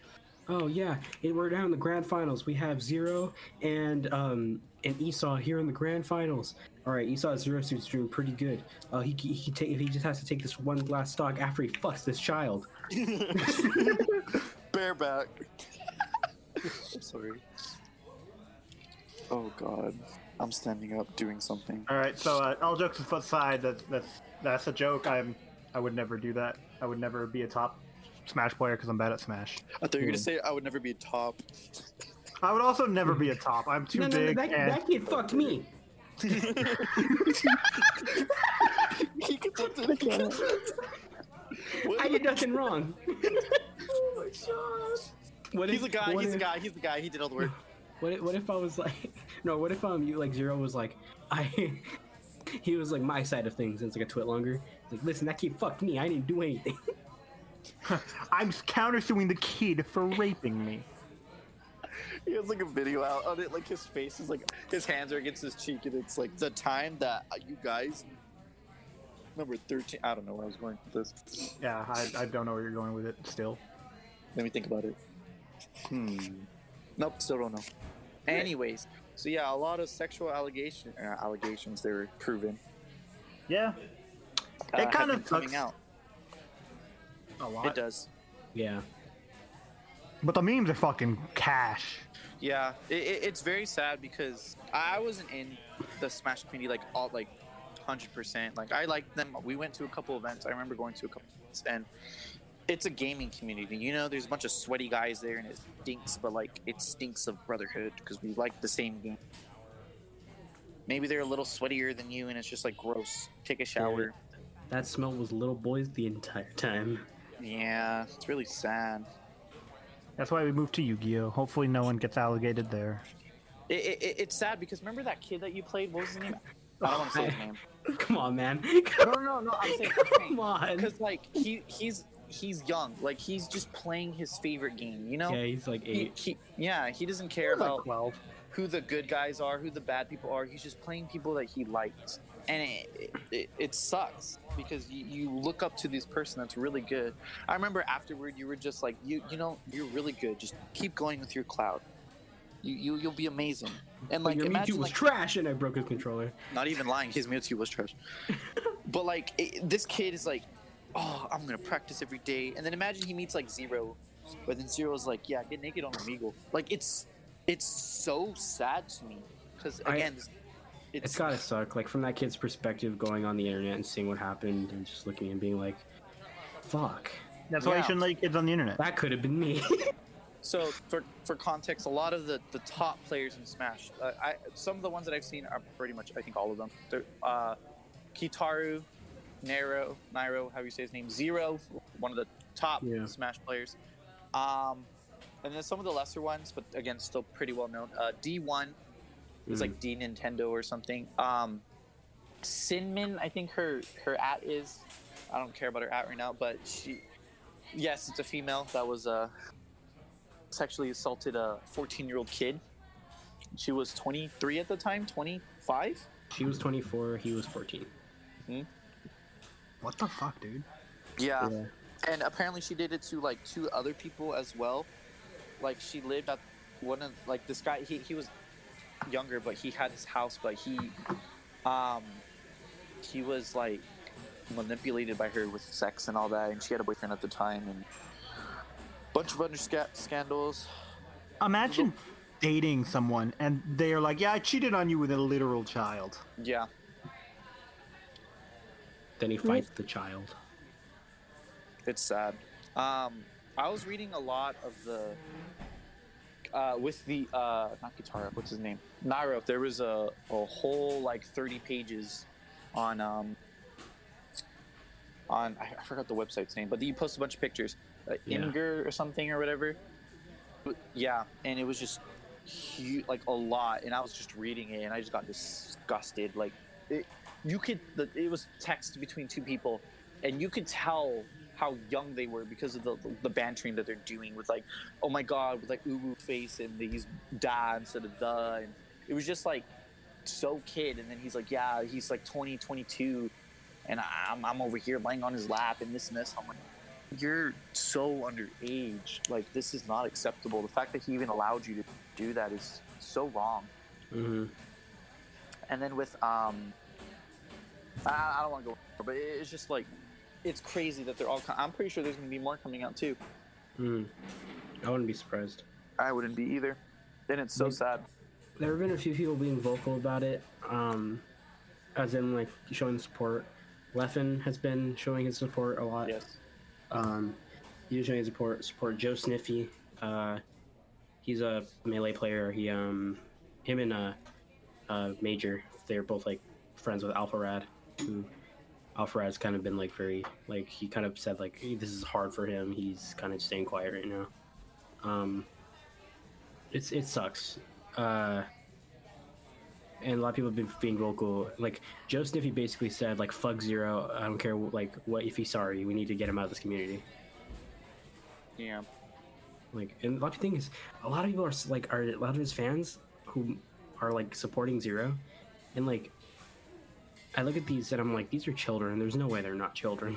S1: oh yeah, it, we're down in the grand finals. We have zero and um and Esau here in the grand finals. All right, Esau zero suit's doing pretty good. Uh, he he, he, take, he just has to take this one last stock after he fucks this child.
S4: Bareback. (laughs) I'm sorry. Oh god. I'm standing up doing something.
S2: All right, so uh, all jokes aside, that's that's that's a joke. I'm I would never do that. I would never be a top Smash player because I'm bad at Smash.
S4: I thought you were gonna say I would never be a top. (laughs)
S2: I would also never
S1: (laughs)
S2: be a top. I'm too
S1: No, no, no,
S2: big.
S1: that,
S2: and
S1: that kid fucked me.
S4: He consented.
S1: (laughs)
S4: What-
S1: I did nothing
S4: (laughs)
S1: wrong.
S4: Oh my gosh.
S1: What
S4: He's a guy,
S1: what
S4: he's a
S1: if-
S4: guy, he's a guy, he did all the work.
S1: What if, what if I was like, (laughs) no? What if um, you like zero was like, I, (laughs) he was like my side of things, and it's like a twit longer. Like, listen, that kid fucked me. I didn't do anything.
S2: I'm countersuing the kid for raping me.
S4: He has like a video out on it, like his face is like his hands are against his cheek, and it's like the time that you guys number thirteen. I don't know where I was going with this.
S2: Yeah, I, I don't know where you're going with it still.
S4: Let me think about it. Hmm. Nope, still don't know. Anyways, so yeah, a lot of sexual allegation uh, allegations they were proven.
S2: Yeah,
S4: Uh,
S2: It
S4: have
S2: kind
S4: been
S2: of
S4: coming
S2: sucks.
S4: out.
S2: a
S4: It
S2: lot.
S4: does.
S1: Yeah.
S2: But the memes are fucking cash.
S4: Yeah, it, it, it's very sad because I I wasn't in the Smash community like all like hundred percent. Like I liked them. We went to a couple events. I remember going to a couple events, and it's a gaming community. You know, there's a bunch of sweaty guys there, and it stinks. But like, it stinks of brotherhood because we like the same game. Maybe they're a little sweatier than you, and it's just like gross. Take a shower.
S1: That smell was little boys the entire time. (laughs)
S4: Yeah, it's really sad.
S2: That's why we moved to Yu-Gi-Oh. Hopefully, no one gets allocated there.
S4: It, it, it- it's sad because remember that kid that you played? What was his name? I don't want to say his name.
S1: Come on, man. (laughs)
S4: No, no, no. I'm saying. I'm saying.
S1: Come on.
S4: because like he he's he's young like he's just playing his favorite game you know
S1: Yeah, he's like
S4: he,
S1: eight.
S4: he, yeah he doesn't care
S2: Like
S4: (laughs) about
S2: twelve.
S4: who the good guys are who the bad people are he's just playing people that he likes and it it, it sucks because you, you look up to this person that's really good i remember afterward you were just like you you know you're really good just keep going with your cloud you, you you'll be amazing and
S1: But
S4: like
S1: your Mewtwo
S4: imagine
S1: was
S4: like,
S1: trash, and I broke his controller.
S4: not even lying, his Mewtwo was trash. but like it, this kid is like, oh, I'm gonna practice every day, and then imagine he meets like Zero, but then Zero's like, yeah, get naked on Omegle. Like it's it's so sad to me because
S1: I-
S4: again, this-
S1: It's gotta suck. Like from that kid's perspective, going on the internet and seeing what happened, and just looking and being like, "Fuck,
S2: That's why
S4: Yeah.
S2: you shouldn't let your kids on the internet.
S1: that could have been me." (laughs)
S4: So for for context, a lot of the, the top players in Smash, uh, I some of the ones that I've seen are pretty much I think all of them. They're, uh, Kitaru, Nero, Nairo, how you say his name, Zero, one of the top
S1: Yeah.
S4: Smash players. Um, and then some of the lesser ones, but again, still pretty well known. Uh, D1 is
S1: Mm.
S4: like D Nintendo or something. Um, Sinmin, I think her her at is. I don't care about her at right now, but she. Yes, it's a female that was uh, sexually assaulted a 14 year old kid. She was 23 at the time, 25.
S1: she was 24. He was 14.
S2: What the fuck, dude?
S4: Yeah.
S1: Yeah.
S4: And apparently she did it to like two other people as well. Like she lived at one of like this guy he, he was younger but he had his house but he um he was like manipulated by her with sex and all that and she had a boyfriend at the time and bunch of other sca- scandals.
S2: Imagine dating someone and they're like, "Yeah, I cheated on you with a literal child."
S4: Yeah.
S1: Then he fights the child.
S4: It's sad. Um, I was reading a lot of the uh, with the uh, not Guitar what's his name? Nairo. There was a, a whole like thirty pages on um, on I I forgot the website's name, but you post a bunch of pictures, uh,
S1: Yeah.
S4: Imgur or something or whatever. But, yeah, and it was just huge, like a lot, and I was just reading it, and I just got disgusted. Like it, you could, the, it was text between two people, and you could tell how young they were because of the the bantering that they're doing with like, oh my god, with like uwu face and they use da instead of the, and it was just like so kid. And then he's like, yeah, he's like 20, 22, and I- I'm I'm over here laying on his lap and this and this. I'm like, you're so underage. Like this is not acceptable. The fact that he even allowed you to do that is so wrong.
S1: hmm
S4: And then with um, I, I don't want to go, but it- it's just like it's crazy that they're all. Com- I'm pretty sure there's going to be more coming out too.
S1: Mm. I wouldn't be surprised.
S4: I wouldn't be either. And it's so
S1: Maybe-
S4: sad.
S1: There have been a few people being vocal about it, um, as in like showing support. Leffen has been showing his support a lot.
S4: Yes.
S1: Um, he was showing his support support Joe Sniffy. Uh, he's a melee player. He um, him and uh, uh, Major, they're both like friends with Alpha Rad. Who Alpha Rad's kind of been like very like he kind of said like "Hey, this is hard for him. He's kind of staying quiet right now. Um, it's it sucks. Uh, and a lot of people have been being vocal. Like Joe Sniffy basically said, like "fuck zero. I don't care like what if he's sorry. We need to get him out of this community."
S4: Yeah.
S1: Like, and a lot of things. A lot of people are s- like are a lot of his fans who are like supporting zero, and like I look at these and I'm like, these are children. There's no way they're not children.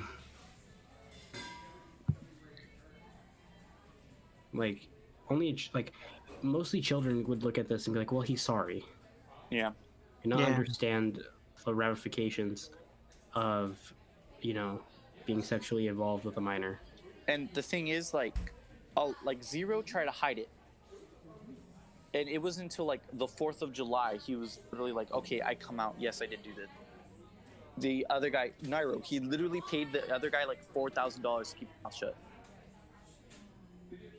S1: (laughs) Like only a ch- like mostly children would look at this and be like, "Well, he's sorry,"
S4: Yeah.
S1: and not
S2: Yeah.
S1: understand the ramifications of you know being sexually involved with a minor.
S4: And the thing is, like, i like Zero tried to hide it, and it was until like the Fourth of July he was literally like, "Okay, I come out. Yes, I did do that." The other guy, Nairo, he literally paid the other guy like four thousand dollars to keep his mouth shut.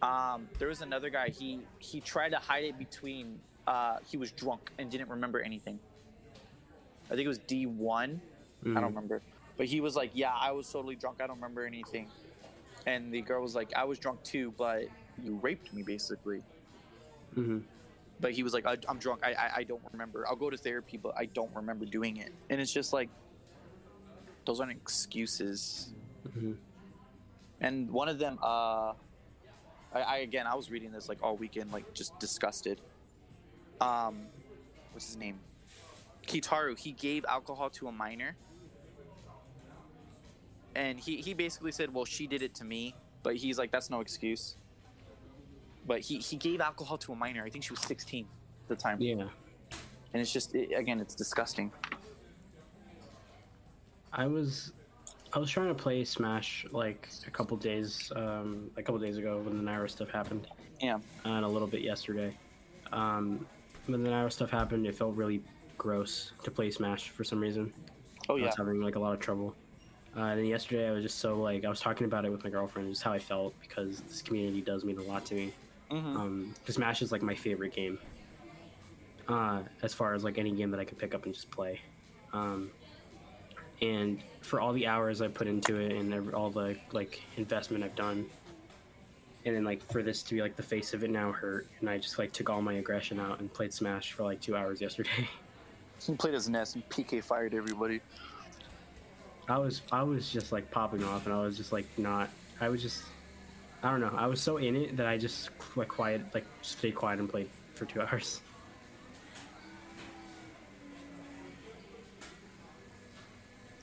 S4: Um, there was another guy. He he tried to hide it between. Uh, he was drunk and didn't remember anything. I think it was D one. I don't remember. But he was like, "Yeah, I was totally drunk. I don't remember anything." And the girl was like, "I was drunk too, but you raped me, basically."
S1: hmm
S4: But he was like, I, "I'm drunk. I, I I don't remember. I'll go to therapy, but I don't remember doing it." And it's just like, those aren't excuses.
S1: Mhm.
S4: And one of them, uh, I, I again, I was reading this like all weekend, like just disgusted. Um, what's his name? Kitaru. He gave alcohol to a minor, and he he basically said, "Well, she did it to me," but he's like, "That's no excuse." But he he gave alcohol to a minor. I think she was 16 at the time,
S1: Yeah.
S4: and it's just it, again, it's disgusting.
S1: I was I was trying to play Smash like a couple days um, a couple days ago when the Nairo stuff happened,
S4: Yeah,
S1: and a little bit yesterday. Um, when the Nairo stuff happened, it felt really gross to play Smash for some reason.
S4: oh
S1: I
S4: yeah,
S1: was having like a lot of trouble. Uh, and then yesterday, I was just so like I was talking about it with my girlfriend, just how I felt because this community does mean a lot to me.
S4: Mhm.
S1: Um, 'cause Smash is like my favorite game, uh, as far as like any game that I can pick up and just play. Um, and for all the hours I put into it and every, all the like investment I've done, and then like for this to be like the face of it now hurt, and I just like took all my aggression out and played Smash for like two hours yesterday. (laughs)
S4: he played his nest and PK fired everybody.
S1: I was I was just like popping off, and I was just like not. I was just I don't know. I was so in it that I just like quiet, like stayed quiet and played for two (laughs) hours.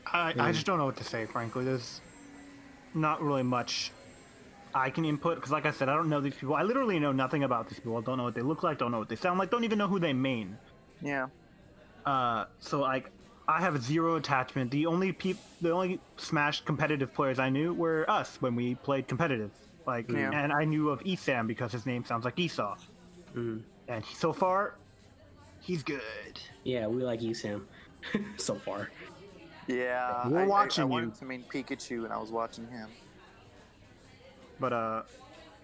S2: I, I
S1: Mm.
S2: just don't know what to say, frankly. There's not really much I can input because, like I said, I don't know these people. I literally know nothing about these people. I don't know what they look like. Don't know what they sound like. Don't even know who they mean.
S4: Yeah.
S2: Uh, so like, I have zero attachment. The only peop, the only Smash competitive players I knew were us when we played competitive. Like,
S4: Yeah.
S2: and I knew of Esam because his name sounds like Esau.
S1: Mm.
S2: And so far, he's good.
S1: Yeah, we like you, Sam. (laughs) so far,
S4: Yeah,
S2: We're
S4: I- I-
S2: watching
S4: I,
S2: you.
S4: wanted to main Pikachu, and I was watching him.
S2: But uh,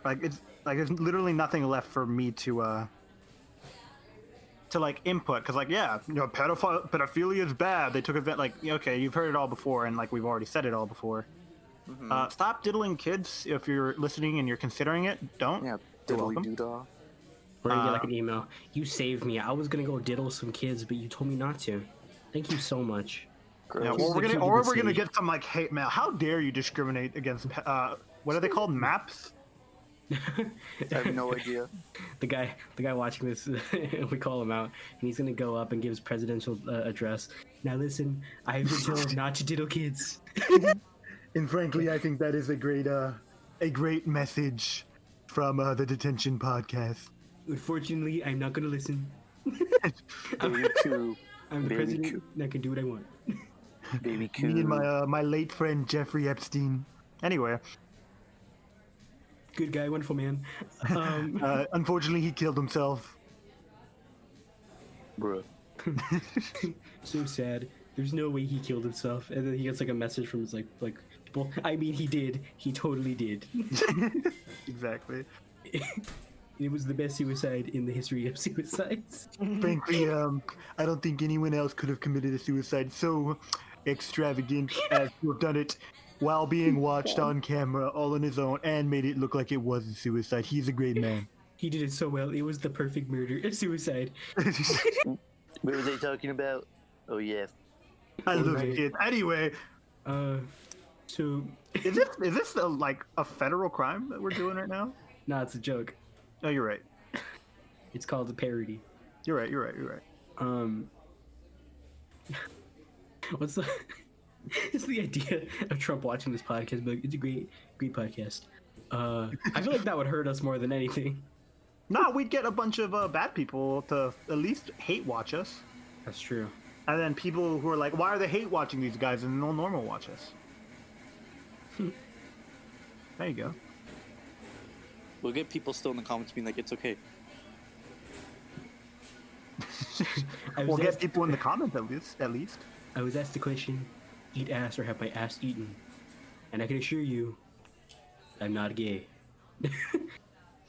S2: like it's like there's literally nothing left for me to uh. To like input, because like yeah, you know, pedophile pedophilia is bad. They took event like okay, you've heard it all before, and like we've already said it all before.
S4: Mhm.
S2: Uh, stop diddling kids if you're listening and you're considering it. Don't.
S4: yeah,
S2: You're
S4: diddly
S2: welcome.
S4: doodah.
S1: we're gonna get like
S2: Uh,
S1: an email. You saved me. I was gonna go diddle some kids, but you told me not to. Thank you so much.
S2: Yeah,
S4: Gross.
S1: Here's
S2: or we're
S1: the
S2: gonna
S1: key to
S2: or
S1: the
S2: we're gonna
S1: city.
S2: get some like hate mail. How dare you discriminate against uh, what are they called? Maps?
S4: I
S2: (laughs)
S4: have no idea.
S1: The guy, the guy watching this, (laughs) we call him out, and he's gonna go up and give his presidential uh, address. Now listen, I've been told not to diddle kids.
S2: And frankly, I think that is a great uh, a great message from uh, the detention podcast.
S1: Unfortunately, I'm not gonna listen.
S2: (laughs)
S4: Baby Coo,
S1: I'm the
S4: Very
S1: president,
S4: cute.
S1: and I can do what I want.
S4: baby Coo.
S2: Me and my uh, my late friend Jeffrey Epstein. Anyway,
S1: Good guy, wonderful man. Um,
S2: uh, unfortunately, he killed himself.
S4: Bruh.
S1: so sad. There's no way he killed himself. And then he gets like a message from his like like people. I mean, he did. He totally did.
S2: Exactly.
S1: It was the best suicide in the history of (laughs) suicides.
S2: frankly, um, I don't think anyone else could have committed a suicide so extravagant as to have done it while being watched on camera all on his own and made it look like it was a suicide. He's a great man. (laughs)
S1: He did it so well. It was the perfect murder, a suicide.
S4: What were they talking about? Oh yeah.
S2: I love it. Anyway,
S1: Uh, so
S2: is this is this a, like a federal crime that we're doing right now?
S1: nah, it's a joke.
S2: No, you're right.
S1: It's called a parody.
S2: You're right. You're right. You're right.
S1: Um, what's the? (laughs) It's the idea of Trump watching this podcast. Be like, it's a great, great podcast. Uh, I feel like that would hurt us more than anything.
S2: No, we'd get a bunch of uh, bad people to at least hate watch us,
S1: That's true.
S2: and then people who are like, "Why are they hate watching these guys?" and they'll normal watch us. (laughs) there you go.
S4: We'll get people still in the comments being like, "It's okay."
S1: I was,
S2: We'll get
S1: asked,
S2: people in the comments at least. At least.
S1: I was asked the question, eat ass or have my ass eaten? And I can assure you, I'm not
S2: (laughs)
S1: gay.
S4: Thank you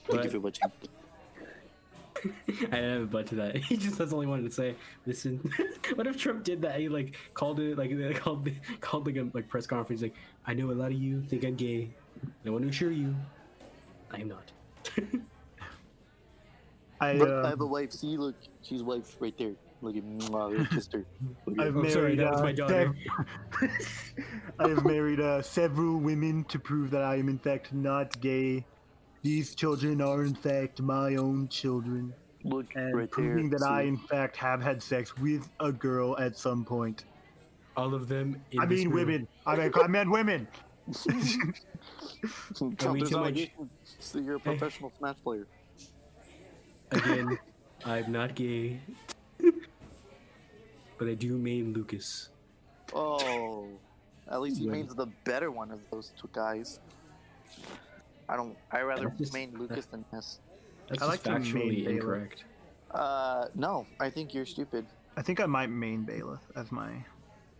S1: But-
S4: for watching.
S1: I didn't have a butt to that. (laughs) He just that's all he wanted to say. Listen, (laughs) what if Trump did that? He like called it like (laughs) they called the, called like a like press conference. Like I know a lot of you think I'm gay. And I want to assure you, I am not. (laughs)
S2: I,
S4: Look, I
S2: uh,
S4: have a wife. See, look, she's wife right there. Look at me. Wow, I
S2: (laughs)
S4: kissed her. Look at
S2: I've
S4: her.
S1: I'm
S2: married,
S1: sorry, that was
S2: uh,
S1: my daughter.
S2: sev- (laughs) I've married uh, several women to prove that I am in fact not gay. These children are in fact my own children,
S4: Look
S2: and
S4: right there.
S2: proving that I
S4: (laughs)
S2: (laughs)
S4: See?
S2: in fact have had sex with a girl at some point.
S1: All of them. In
S2: I
S1: this
S2: mean
S1: room.
S2: women. I mean, I meant women.
S1: we
S4: Trump is
S1: too much-
S4: allegation. So you're a
S1: Hey.
S4: professional Smash player.
S1: (laughs) Again, I'm not
S2: (laughs)
S1: gay, but I do main Lucas.
S4: Oh, at least he
S1: Yeah.
S4: means the better one of those two guys. I don't. I rather
S1: That's just-
S4: main Lucas than this.
S1: That's
S2: I
S1: just
S2: like to main
S1: factually
S2: Baylor.
S1: incorrect.
S4: Uh, no, I think you're stupid.
S2: I think I might main Bailiff as my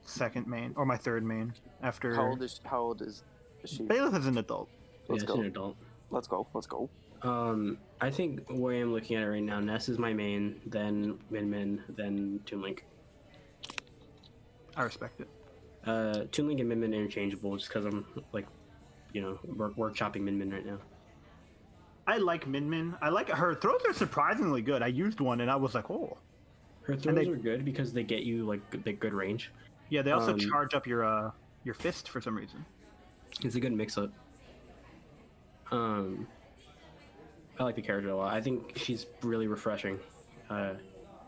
S2: second main or my third main after.
S4: How old is How old is is she?
S2: Bailiff is an adult.
S4: Let's
S1: yeah, it's
S4: go.
S1: an adult.
S4: Let's go. Let's go.
S1: Um, I think where I'm looking at it right now, Ness is my main, then Min Min, then Toon Link.
S2: I respect it.
S1: Uh, Toon Link and Min Min interchangeable just because I'm like, you know, work workshopping Min Min right now.
S2: I like Min Min. I like her throws are surprisingly good. I used one and I was like, oh.
S1: Her throws
S2: they-
S1: are good because they get you like g- the good range.
S2: Yeah, they also
S1: Um,
S2: charge up your uh your fist for some reason.
S1: It's a good mix up. Um, I like the character a lot. I think she's really refreshing. Uh,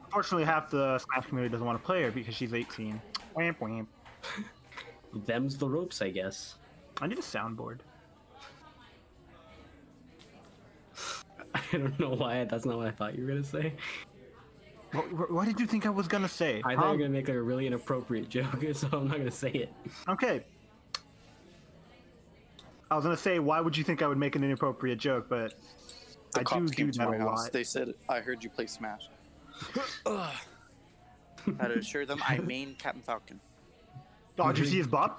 S2: Unfortunately, half the Smash community doesn't want to play her because she's 18. Wamp wamp.
S1: them's the ropes, I guess. (laughs)
S2: I need a soundboard.
S1: I don't know why that's not what I thought you were gonna say.
S2: What, what- what did you think I was gonna say?
S1: I thought you
S2: Um,
S1: were gonna make like a really inappropriate (laughs) joke, so I'm not gonna say it.
S2: Okay. I was gonna say, why would you think I would make an inappropriate joke? But I do do that a lot.
S4: They said I heard you play Smash. (sighs) Ugh. I had to assure them I main Captain Falcon.
S2: Oh, did you see his bob?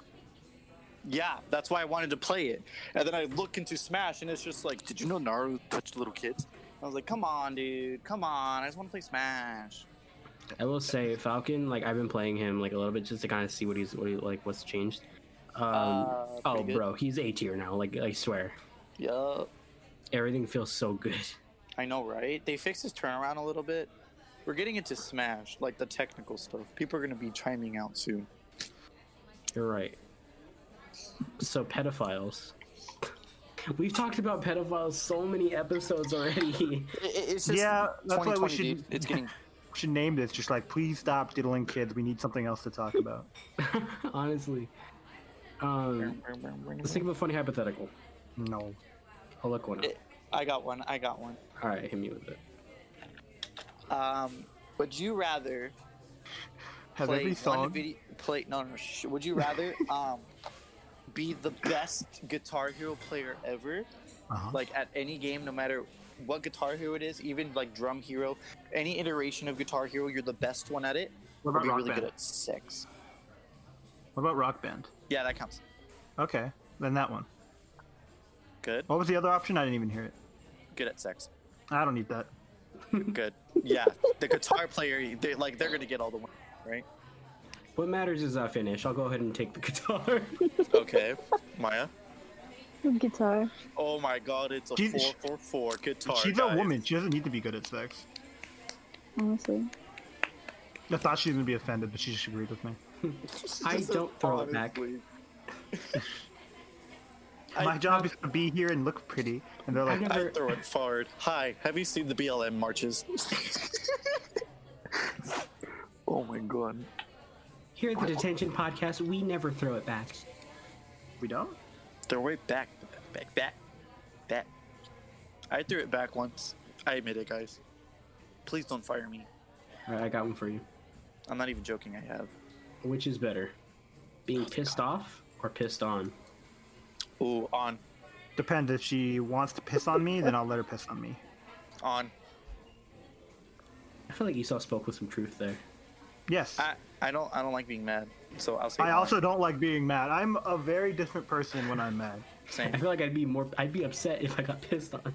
S4: Yeah, that's why I wanted to play it. And then I look into Smash and it's just like, did you know Naruto touched little kids? I was like, come on, dude, come on. I just want to play Smash.
S1: I will say Falcon. Like I've been playing him like a little bit just to kind of see what he's what he, like what's changed. Um,
S4: Uh,
S1: oh,
S4: pretty good.
S1: bro, he's A tier now. Like I swear,
S4: Yup.
S1: everything feels so good. (laughs)
S4: I know, right? They fixed his turnaround a little bit. We're getting into Smash, like the technical stuff. People are going to be chiming out soon.
S1: You're right. So pedophiles. We've talked about pedophiles so many episodes already. (laughs)
S4: It, it- it's just
S2: Yeah, that's why we
S4: 2020,
S2: should-
S4: dude. It's getting.
S2: We should name this. Just like, please stop diddling kids. We need something else to talk about.
S1: Honestly, (laughs) um, let's think of a funny hypothetical.
S2: No.
S1: I'll look one up.
S4: I got one. I got one.
S1: All right, hit me with it.
S4: Um, would you rather
S2: Has
S4: play
S2: every
S4: one
S2: song?
S4: video? Play no, no. Sh- would you rather um be the best Guitar Hero player ever,
S2: Uh-huh.
S4: like at any game, no matter what Guitar Hero it is, even like Drum Hero, any iteration of Guitar Hero, you're the best one at it.
S2: What
S4: Or
S2: about
S4: be
S2: Rock
S4: really
S2: Band?
S4: good at six.
S2: What about Rock Band?
S4: Yeah, that counts.
S2: Okay, then that one.
S4: Good.
S2: What was the other option? I didn't even hear it.
S4: Good at sex.
S2: I don't need that.
S4: Good. Yeah, the guitar player, they like they're gonna get all the wins, right?
S1: What matters is I finish. I'll go ahead and take the (laughs) guitar.
S4: Okay, Maya.
S3: Guitar.
S4: Oh my God, it's a
S2: She's-
S4: four four four guitar.
S2: She's
S4: guys.
S2: a woman. She doesn't need to be good at sex.
S3: Honestly.
S2: I thought she was gonna be offended, but she just agreed with me.
S1: I
S4: Just
S1: don't throw it back.
S4: (laughs) honestly.
S2: My job is to be here and look pretty, and they're
S1: I
S2: like,
S1: never-
S4: I throw it forward. Hi, have you seen the BLM marches? (laughs) oh my god.
S1: Here at the Detention Podcast, we never throw it back.
S2: we don't.
S4: Throw it back, back, back, back. that. I threw it back once. I admit it, guys. Please don't fire me.
S1: All right, I got one for you.
S4: I'm not even joking. I have.
S1: Which is better,
S4: Oh
S1: being pissed off or pissed on?
S4: Ooh, on,
S2: Depends if she wants to piss on me, then I'll let her piss on me.
S4: on.
S1: I feel like Esau spoke with some truth there.
S2: Yes.
S4: I, I don't, I don't like being mad. So I'll say.
S2: I
S4: on.
S2: also don't like being mad. I'm a very different person when I'm mad.
S1: (laughs) I
S4: Same.
S1: feel like I'd be more, I'd be upset if I got (laughs) pissed on.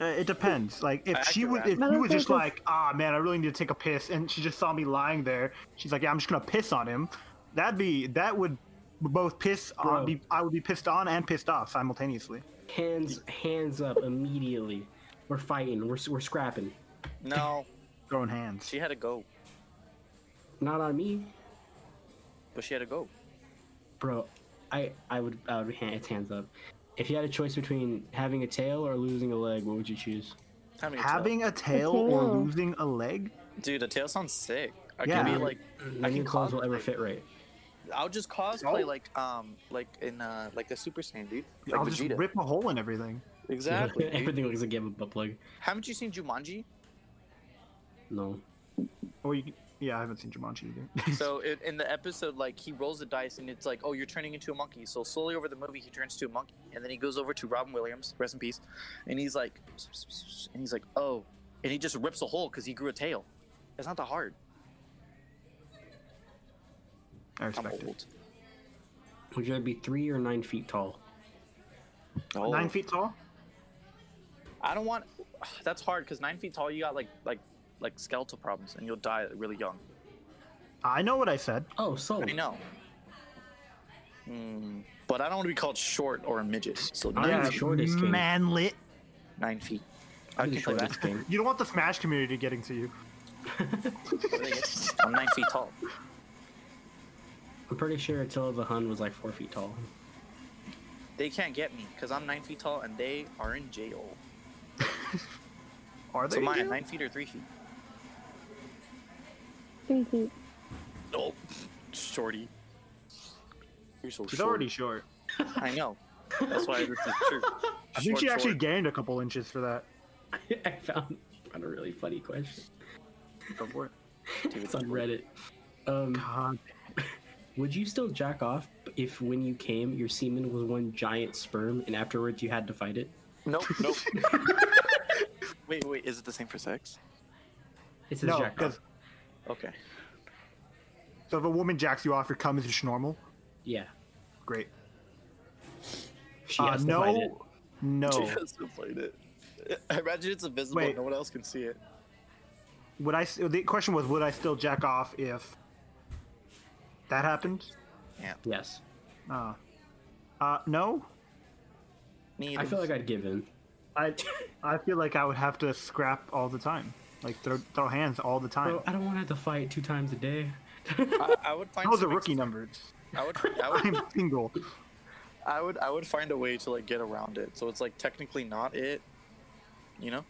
S2: Uh, It depends. Like if
S4: I
S2: she
S4: actually
S2: was, if
S3: laugh.
S2: you was just
S3: Motherfucker.
S2: like, ah man, I really need to take a piss, and she just saw me lying there, she's like, yeah, I'm just gonna piss on him. That'd be that would both piss
S1: Bro.
S2: on. Be, I would be pissed on and pissed off simultaneously.
S1: Hands, hands up immediately. We're fighting. We're we're scrapping.
S4: No,
S2: Throwing hands.
S4: she had to go,
S1: Not on me,
S4: but she had to go.
S1: bro. I I would I would hand, it's hands up. If you had a choice between having a tail or losing a leg, what would you choose?
S4: Having, a tail.
S2: Having a tail or
S3: tail.
S2: losing a leg?
S4: dude, the tail sounds sick. I
S2: Yeah.
S4: can be like, Mm, I
S1: Many
S4: can
S1: clothes will ever
S4: cosplay.
S1: fit right.
S4: I'll just cosplay
S2: Oh.
S4: like, um, like in, uh, like a Super Saiyan, dude. Like
S2: I'll
S4: Vegeta.
S2: just rip a hole in everything.
S4: (laughs)
S1: (laughs)
S2: (laughs)
S4: Exactly. dude.
S1: Everything looks like you have a butt plug.
S4: Haven't you seen Jumanji?
S1: No.
S2: Or you, yeah, I haven't seen Jumanji either. (laughs)
S4: So it, in the episode, like he rolls the dice and it's like, oh, you're turning into a monkey. So slowly over the movie, he turns to a monkey, and then he goes over to Robin Williams, rest in peace, and he's like, and he's like, oh, and he just rips a hole because he grew a tail. It's not that hard.
S2: I
S4: I'm
S2: respect it.
S4: old.
S1: Would you rather be three or nine feet tall?
S4: Oh.
S2: Nine feet tall?
S4: I don't want. That's hard because nine feet tall, you got like like like skeletal problems, and you'll die really young.
S2: I know what I said.
S1: Oh, so
S4: I know. Mm, but I don't want to be called short or a midget. So
S1: I'm
S4: nine,
S1: Yeah. the shortest king.
S2: manlit.
S4: nine feet. I
S1: I'm the
S4: can play
S1: shortest
S4: (laughs) basketball.
S1: king.
S2: You don't want the Smash community getting to you.
S4: I'm nine feet tall.
S1: I'm pretty sure Attila the Hun was like four feet tall. (laughs)
S4: They can't get me because I'm nine feet tall and they are in jail.
S2: Are they?
S4: So
S2: in
S4: mine,
S2: jail?
S4: nine feet or three feet?
S3: Three feet.
S4: Nope. Shorty. You're so
S2: She's
S4: short.
S2: already short.
S4: I know. That's why this is true.
S2: I think
S4: Short,
S2: she actually
S4: short.
S2: gained a couple inches for that.
S1: I found, found a really funny question.
S2: Go for it.
S1: It's on Reddit. Um,
S2: God.
S1: would you still jack off if when you came your semen was one giant sperm and afterwards you had to fight it?
S4: Nope.
S2: (laughs)
S4: Nope. wait, wait. Is it the same for sex?
S1: It says
S2: No,
S1: jack off.
S2: because
S4: Okay.
S2: so if a woman jacks you off, your cum is just normal.
S1: Yeah.
S2: Great.
S1: She
S2: Uh,
S1: has to fight it.
S2: no,
S4: (laughs)
S1: Oh.
S2: no.
S4: it. Imagine it's invisible.
S2: Wait.
S4: No one else can see it.
S2: Would I? s- The question was, would I still jack off if that happened?
S1: Yes.
S2: Uh, uh, no.
S1: I feel like I'd give in.
S2: I, I feel like I would have to scrap all the time, like throw throw hands all the time.
S1: Bro, I don't want to have to fight two times a day.
S4: I, I would find.
S2: Those are
S4: some
S2: rookie
S4: ex-
S2: numbers. (laughs)
S4: I would,
S1: (laughs)
S4: I would,
S2: I'm single.
S4: I would, I would find a way to like get around it. So it's like technically not it. You know.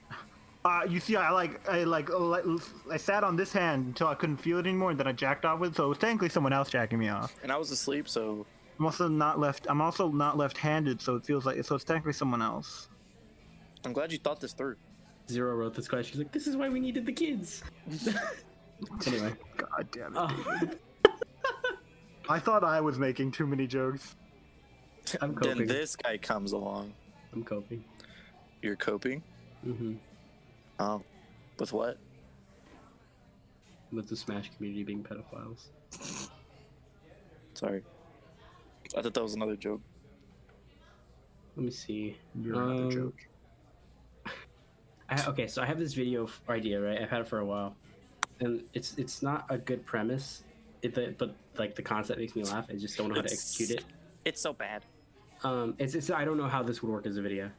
S2: Uh, you see, I like, I like, li- I sat on this hand until I couldn't feel it anymore, and then I jacked off with. it, So it was technically someone else jacking me off.
S4: And I was asleep, so
S2: I'm also not left. I'm also not left-handed, so it feels like so it's technically someone else.
S4: I'm glad you thought this through.
S1: Zero wrote this question. She's like, this is why we needed the kids. (laughs) anyway.
S2: God damn it!
S1: Oh,
S2: I thought I was making too many jokes.
S1: I'm
S4: Then
S1: coping.
S4: this guy comes along.
S1: I'm coping.
S4: You're coping.
S1: hmm
S4: Um, with what?
S1: With the Smash community being pedophiles.
S4: Sorry. I thought that was another joke.
S1: Let me see.
S2: You're another
S1: Um,
S2: joke.
S1: I, okay, so I have this video f- idea, right? I've had it for a while, and it's it's not a good premise, it, the, but like the concept makes me laugh. I just don't know how to
S4: It's-
S1: execute it.
S4: It's so bad.
S1: Um, it's, it's I don't know how this would work as a video.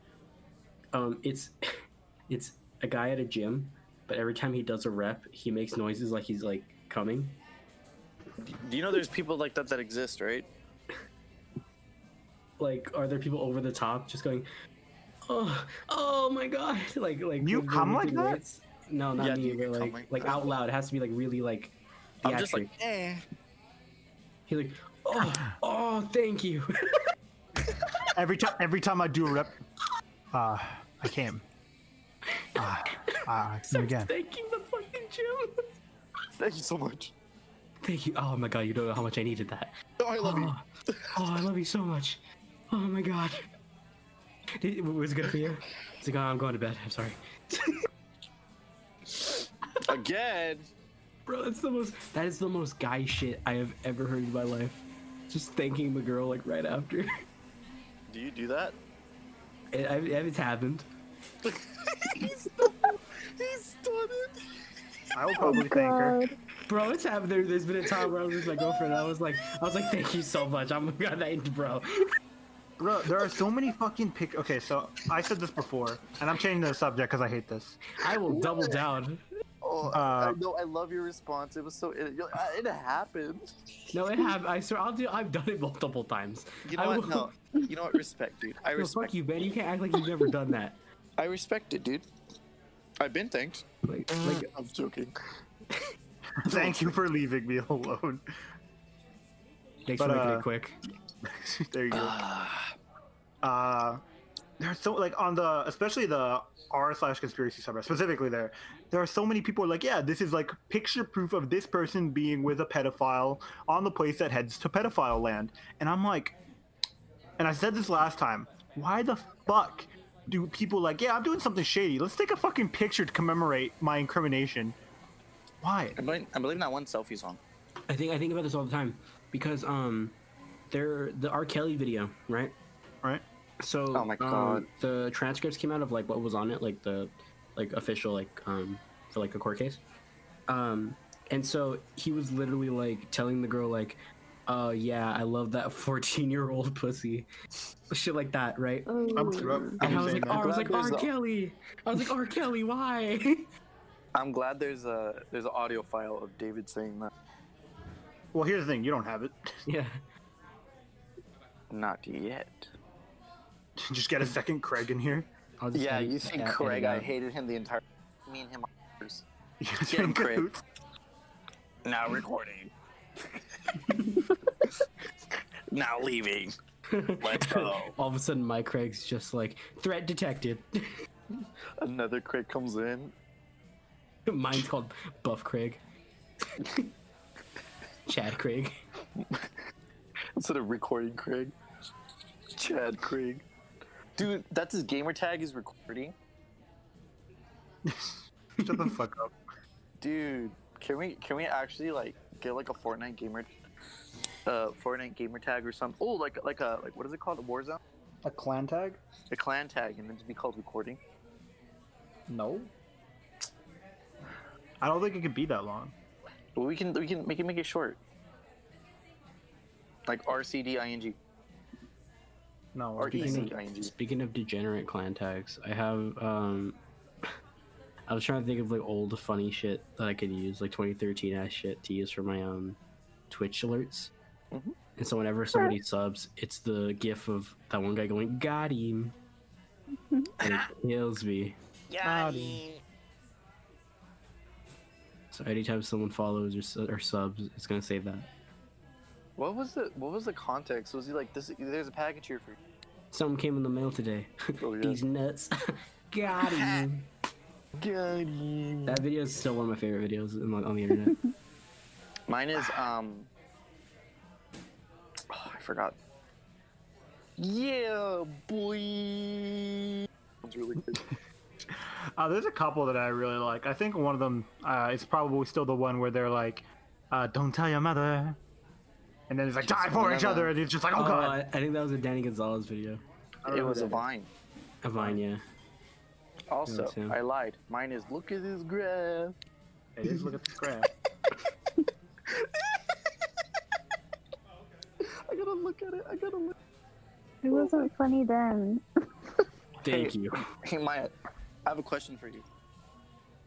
S1: Um, it's (laughs) it's a guy at a gym, but every time he does a rep, he makes noises like he's like coming.
S4: Do you know there's people like that that exist, right?
S1: Like, are there people over the top just going, oh, oh my god, (laughs) like like
S2: You
S1: with-
S2: come
S1: with
S2: like
S1: the
S2: that?
S1: weights? No, not
S4: Yeah,
S1: me,
S4: you
S1: but
S4: come
S1: like
S4: like
S1: like
S4: that.
S1: out loud. It has to be like really like.
S4: I'm just like,
S1: theatric.
S4: eh.
S1: He's like,
S2: (sighs)
S1: oh, oh, thank you. (laughs)
S2: Every time, every time I do a rep, Uh, I can't. Uh, uh,
S1: Start
S2: again.
S1: thanking the fucking gym. (laughs)
S4: Thank you so much.
S1: Thank you. Oh my god, you don't know how much I needed
S4: (laughs)
S1: that.
S4: Oh, I
S1: (gasps)
S4: love you.
S1: Oh, oh, I love you so much. Oh my god. Did- Was it good for you? It's like, oh, I'm going to bed. I'm sorry. (laughs)
S4: Again.
S1: Bro, that's the most. That is the most guy shit I have ever heard in my life. Just thanking the girl like right after. (laughs)
S4: Do you do that?
S1: It, I, it's happened.
S4: he's, done, he's done it.
S2: I will probably
S3: Oh,
S2: thank her.
S1: Bro, it's happened. There, there's been a time where I was with my girlfriend. I was like, I was like, thank you so much. I'm gonna (laughs) thank bro.
S2: Bro, there are so many fucking pic. Okay, so I said this before, and I'm changing the subject because I hate this.
S1: I will double down.
S4: Oh,
S2: Uh,
S4: I know. I love your response. It was so. It, you're- uh, it happened.
S1: No, it happened. I swear, I'll do. I've done it multiple times.
S4: You know
S1: I (laughs)
S4: what? No.
S1: will-
S4: You know what? Respect, dude.
S1: (laughs)
S4: I
S1: No,
S4: respect.
S1: fuck you, man. You can't act like you've never done that.
S4: I respect it, dude. I've been thanked.
S1: Like, like
S4: I'm joking.
S2: Thank you for leaving me (laughs) alone.
S1: thanks
S2: But,
S1: for making
S2: uh,
S1: it quick.
S2: there you go. (sighs) Uh, there's so like on the especially the r slash conspiracy subreddit specifically there. There are so many people like yeah, this is like picture proof of this person being with a pedophile on the place that heads to pedophile land, and I'm like, and I said this last time. Why the fuck do people like yeah, I'm doing something shady. Let's take a fucking picture to commemorate my incrimination. Why?
S4: I'm believing, I'm believing that one selfie song.
S1: I think I think about this all the time because um, there the R. Kelly video, right?
S2: Right?
S1: So
S4: Oh my
S1: um,
S4: God.
S1: the transcripts came out of like what was on it, like the like official like um for like a court case. Um and so he was literally like telling the girl like, uh yeah, I love that (laughs) fourteen year old pussy. Shit like that, right?
S3: Oh.
S2: I'm through up.
S1: And I
S2: I'm
S1: was
S2: saying
S1: like,
S2: that.
S1: oh, I was
S4: Glad
S1: like, R.
S4: there's a-
S1: Kelly. I was like, R. Kelly, why? (laughs)
S4: I'm glad there's a there's an audio file of David saying that.
S2: Well, here's the thing. You don't have it. (laughs)
S1: yeah.
S4: Not yet.
S2: Just get a second Craig in here.
S1: I'll just
S4: Yeah,
S1: edit
S4: you think
S1: that uh, edit
S4: Craig? I
S1: out.
S4: hated him the entire. Me and him. Are
S2: Get
S4: him, Craig. now (laughs) recording. now
S1: (laughs)
S4: leaving. Let's go.
S1: All of a sudden, my Craig's just like threat detected. (laughs)
S4: Another Craig comes in.
S1: Mine's called Buff Craig. (laughs) Chad Craig.
S4: Instead of recording Craig, Chad Craig. Dude, that's his gamer tag is recording.
S2: Shut the fuck up.
S4: Dude, can we can we actually like get like a Fortnite gamer uh Fortnite gamer tag or something? Oh, like like a like what is it called? A Warzone?
S2: A clan tag?
S4: A clan tag and then to be called recording.
S2: No. I don't think it could be that long.
S4: Well, we can we can make it make it short. Like RCDING.
S2: No.
S4: Or
S2: it'd be-
S4: easy.
S1: Speaking of, speaking of degenerate clan tags, I have um (laughs) I was trying to think of like old funny shit that I could use, like 2013 ass shit to use for my um Twitch alerts.
S4: Mhm.
S1: And so whenever somebody subs, it's the gif of that one guy going, Got him.
S4: Mm-hmm.
S1: And it kills me.
S2: Got
S1: So anytime someone follows or, su- or subs, it's gonna say that.
S4: What was the what was the context? Was he like this? There's a package here for you.
S1: Something came in the mail today. (laughs)
S4: Oh, yeah.
S1: These nuts. (laughs) Got him. That video is still one of my favorite videos in- on the internet.
S4: Mine is um. Oh, I forgot. Yeah, boy. That's really good.
S2: Uh, there's a couple that I really like. I think one of them uh, is probably still the one where they're like, uh, "Don't tell your mother," and then it's like, "Die for each
S4: another-
S2: other," and it's just like, (laughs) "Oh god."
S1: I, Uh, I think that was a Danny Gonzalez video.
S2: I don't
S4: It
S2: know
S4: was
S2: who that
S4: a
S2: is.
S4: vine.
S1: A Vine, yeah.
S4: Also,
S1: Yeah, too.
S4: I lied. Mine is look at this graph.
S2: It is. Look at the crap.
S4: I gotta look at it. I gotta look.
S3: It wasn't funny then.
S1: Thank
S4: Hey.
S1: you. (laughs)
S4: Hey, Maya, I have a question for you.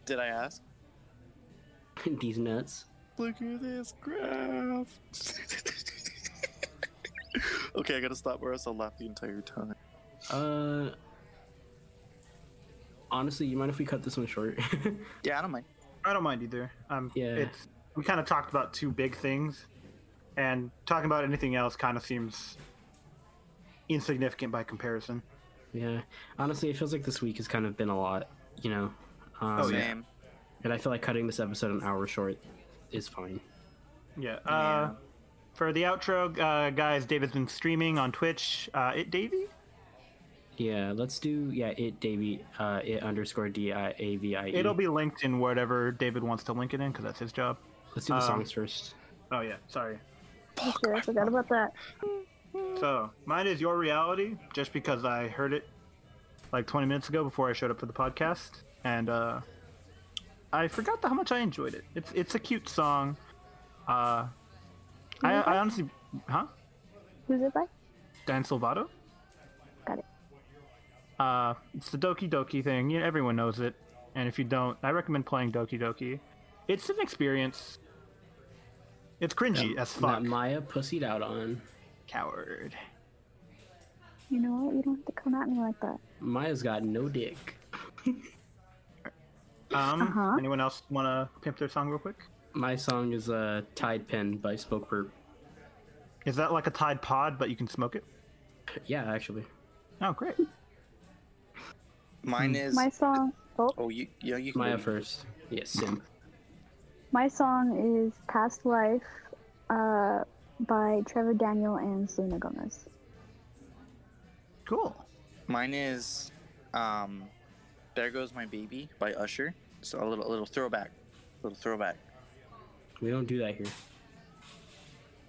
S4: Did I ask?
S1: These nuts.
S4: Look at this graph. (laughs) okay, I gotta stop or else I'll laugh the entire time.
S1: Uh. Honestly, you mind if we cut this one short? (laughs)
S4: Yeah, I don't mind.
S2: I don't mind either. Um,
S1: Yeah.
S2: It's we kind of talked about two big things, and talking about anything else kind of seems insignificant by comparison.
S1: Yeah. Honestly, it feels like this week has kind of been a lot, you know. Um,
S2: Oh, yeah.
S4: Same.
S1: And I feel like cutting this episode an hour short is fine.
S2: Yeah. Uh, For the outro, uh, guys, David's been streaming on Twitch. Uh, it Davy.
S1: Yeah, let's do yeah it Davy uh it underscore D I A V I E.
S2: It'll be linked in whatever David wants to link it in because that's his job.
S1: Let's do the
S2: um,
S1: songs first.
S2: Oh yeah, sorry.
S3: Sure, I forgot about that.
S2: So mine is your reality, just because I heard it like 20 minutes ago before I showed up for the podcast, and uh, I forgot the, how much I enjoyed it. It's it's a cute song. Uh, I, I honestly, huh?
S3: Who's it by?
S2: Dan Silvato.
S3: Got it.
S2: Uh, it's the Doki Doki thing. You everyone knows it, and if you don't, I recommend playing Doki Doki. It's an experience. It's cringy as fuck.
S1: That Maya pussied out on.
S2: Coward.
S3: You know what? You don't have to come at me like that.
S1: Maya's got no dick.
S2: Um,
S3: Uh-huh.
S2: anyone else want to pimp their song real quick?
S1: My song is uh Tide Pen by Spoke Burp.
S2: Is that like a Tide Pod, but you can smoke it?
S1: Yeah, actually.
S2: Oh, great.
S4: Mine is.
S3: My song. Oh,
S4: Oh, you, yeah, you can.
S1: Hmm. Maya
S4: go.
S1: first. Yes, Sim.
S3: my song is "Past Life" uh, by Trevor Daniel and Selena Gomez.
S2: Cool.
S4: Mine is, um, "There Goes My Baby" by Usher. So a little, a little throwback, little throwback.
S1: We don't do that here.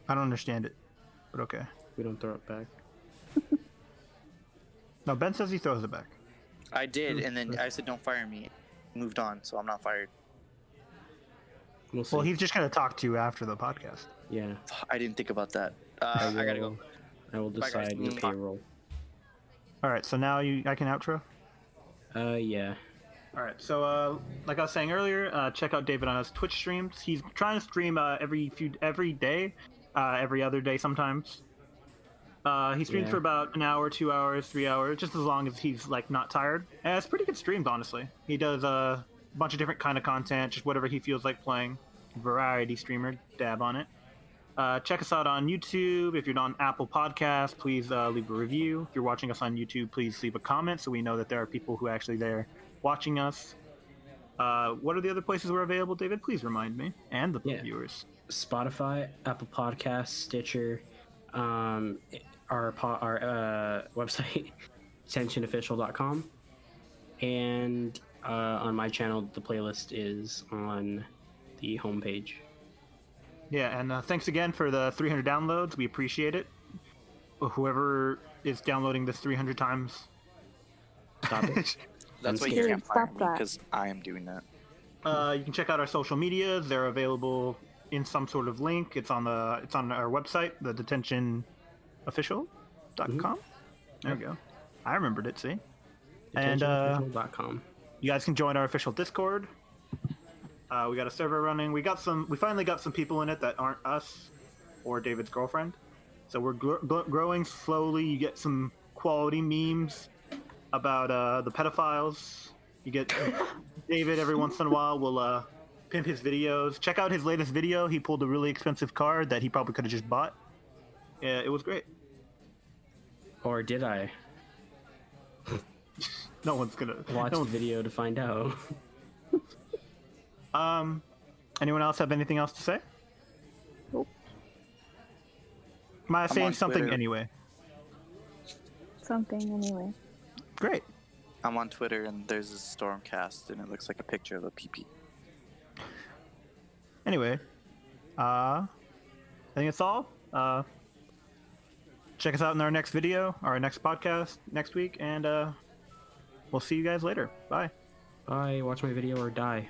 S2: I don't understand it, but okay.
S1: We don't throw it back.
S2: No, Ben says he throws it back.
S4: I did, and then I said, "Don't fire me." Moved on, so I'm not fired.
S1: We'll see.
S2: Well, he's just gonna talk to you after the podcast.
S1: yeah.
S4: I didn't think about that. Uh, I gotta go.
S1: will- I will
S4: Bye, guys.
S1: decide your
S4: Mm.
S1: payroll.
S2: All right, so now you, I can outro.
S1: Uh, yeah.
S2: All right, so uh, like I was saying earlier, uh, check out David on his Twitch streams. He's trying to stream uh, every few every day, uh, every other day sometimes. Uh, he streams
S1: Yeah.
S2: for about an hour, two hours, three hours, just as long as he's like not tired. And it's pretty good streams, honestly. He does uh, a bunch of different kind of content, just whatever he feels like playing. Variety streamer, dab on it. Uh, check us out on YouTube. If you're on Apple Podcasts, please uh, leave a review. If you're watching us on YouTube, please leave a comment so we know that there are people who are actually there watching us. Uh, what are the other places we're available, David? Please remind me and the
S1: Yeah.
S2: viewers.
S1: Spotify, Apple Podcasts, Stitcher, um, our po- our uh, (laughs) website, tensionofficial.com, and uh, on my channel, the playlist is on the homepage.
S2: Yeah, and uh, thanks again for the 300 downloads. We appreciate it. Whoever is downloading this 300 times.
S1: Stop
S4: (laughs)
S1: it.
S4: That's why you
S1: scared.
S4: can't fire
S3: Stop
S4: me
S3: that.
S4: because I am doing that.
S2: Uh, you can check out our social media. They're available in some sort of link. It's on the it's on our website, the detentionofficial.com. There we go. I remembered it, see? And, uh,
S1: Tensionofficial.com.
S2: You guys can join our official Discord. Uh, we got a server running. We got some we finally got some people in it that aren't us or David's girlfriend. So we're gr- gr- growing slowly. You get some quality memes about uh, the pedophiles. You get David every once in a while will uh, pimp his videos. Check out his latest video. He pulled a really expensive card that he probably could have just bought. Yeah, it was great.
S1: or did I
S2: No one's gonna
S1: watch
S2: no
S1: the
S2: one's-
S1: video to find out? (laughs)
S2: Um, anyone else have anything else to say?
S3: Nope.
S2: Am I saying
S4: on
S2: something
S4: Twitter.
S2: anyway?
S3: Something anyway.
S2: Great.
S4: I'm on Twitter, and there's a stormcast, and it looks like a picture of a peepee.
S2: Anyway, uh, I think it's all. Uh, check us out in our next video, our next podcast next week, and uh, we'll see you guys later. Bye.
S1: Bye. Watch my video or die.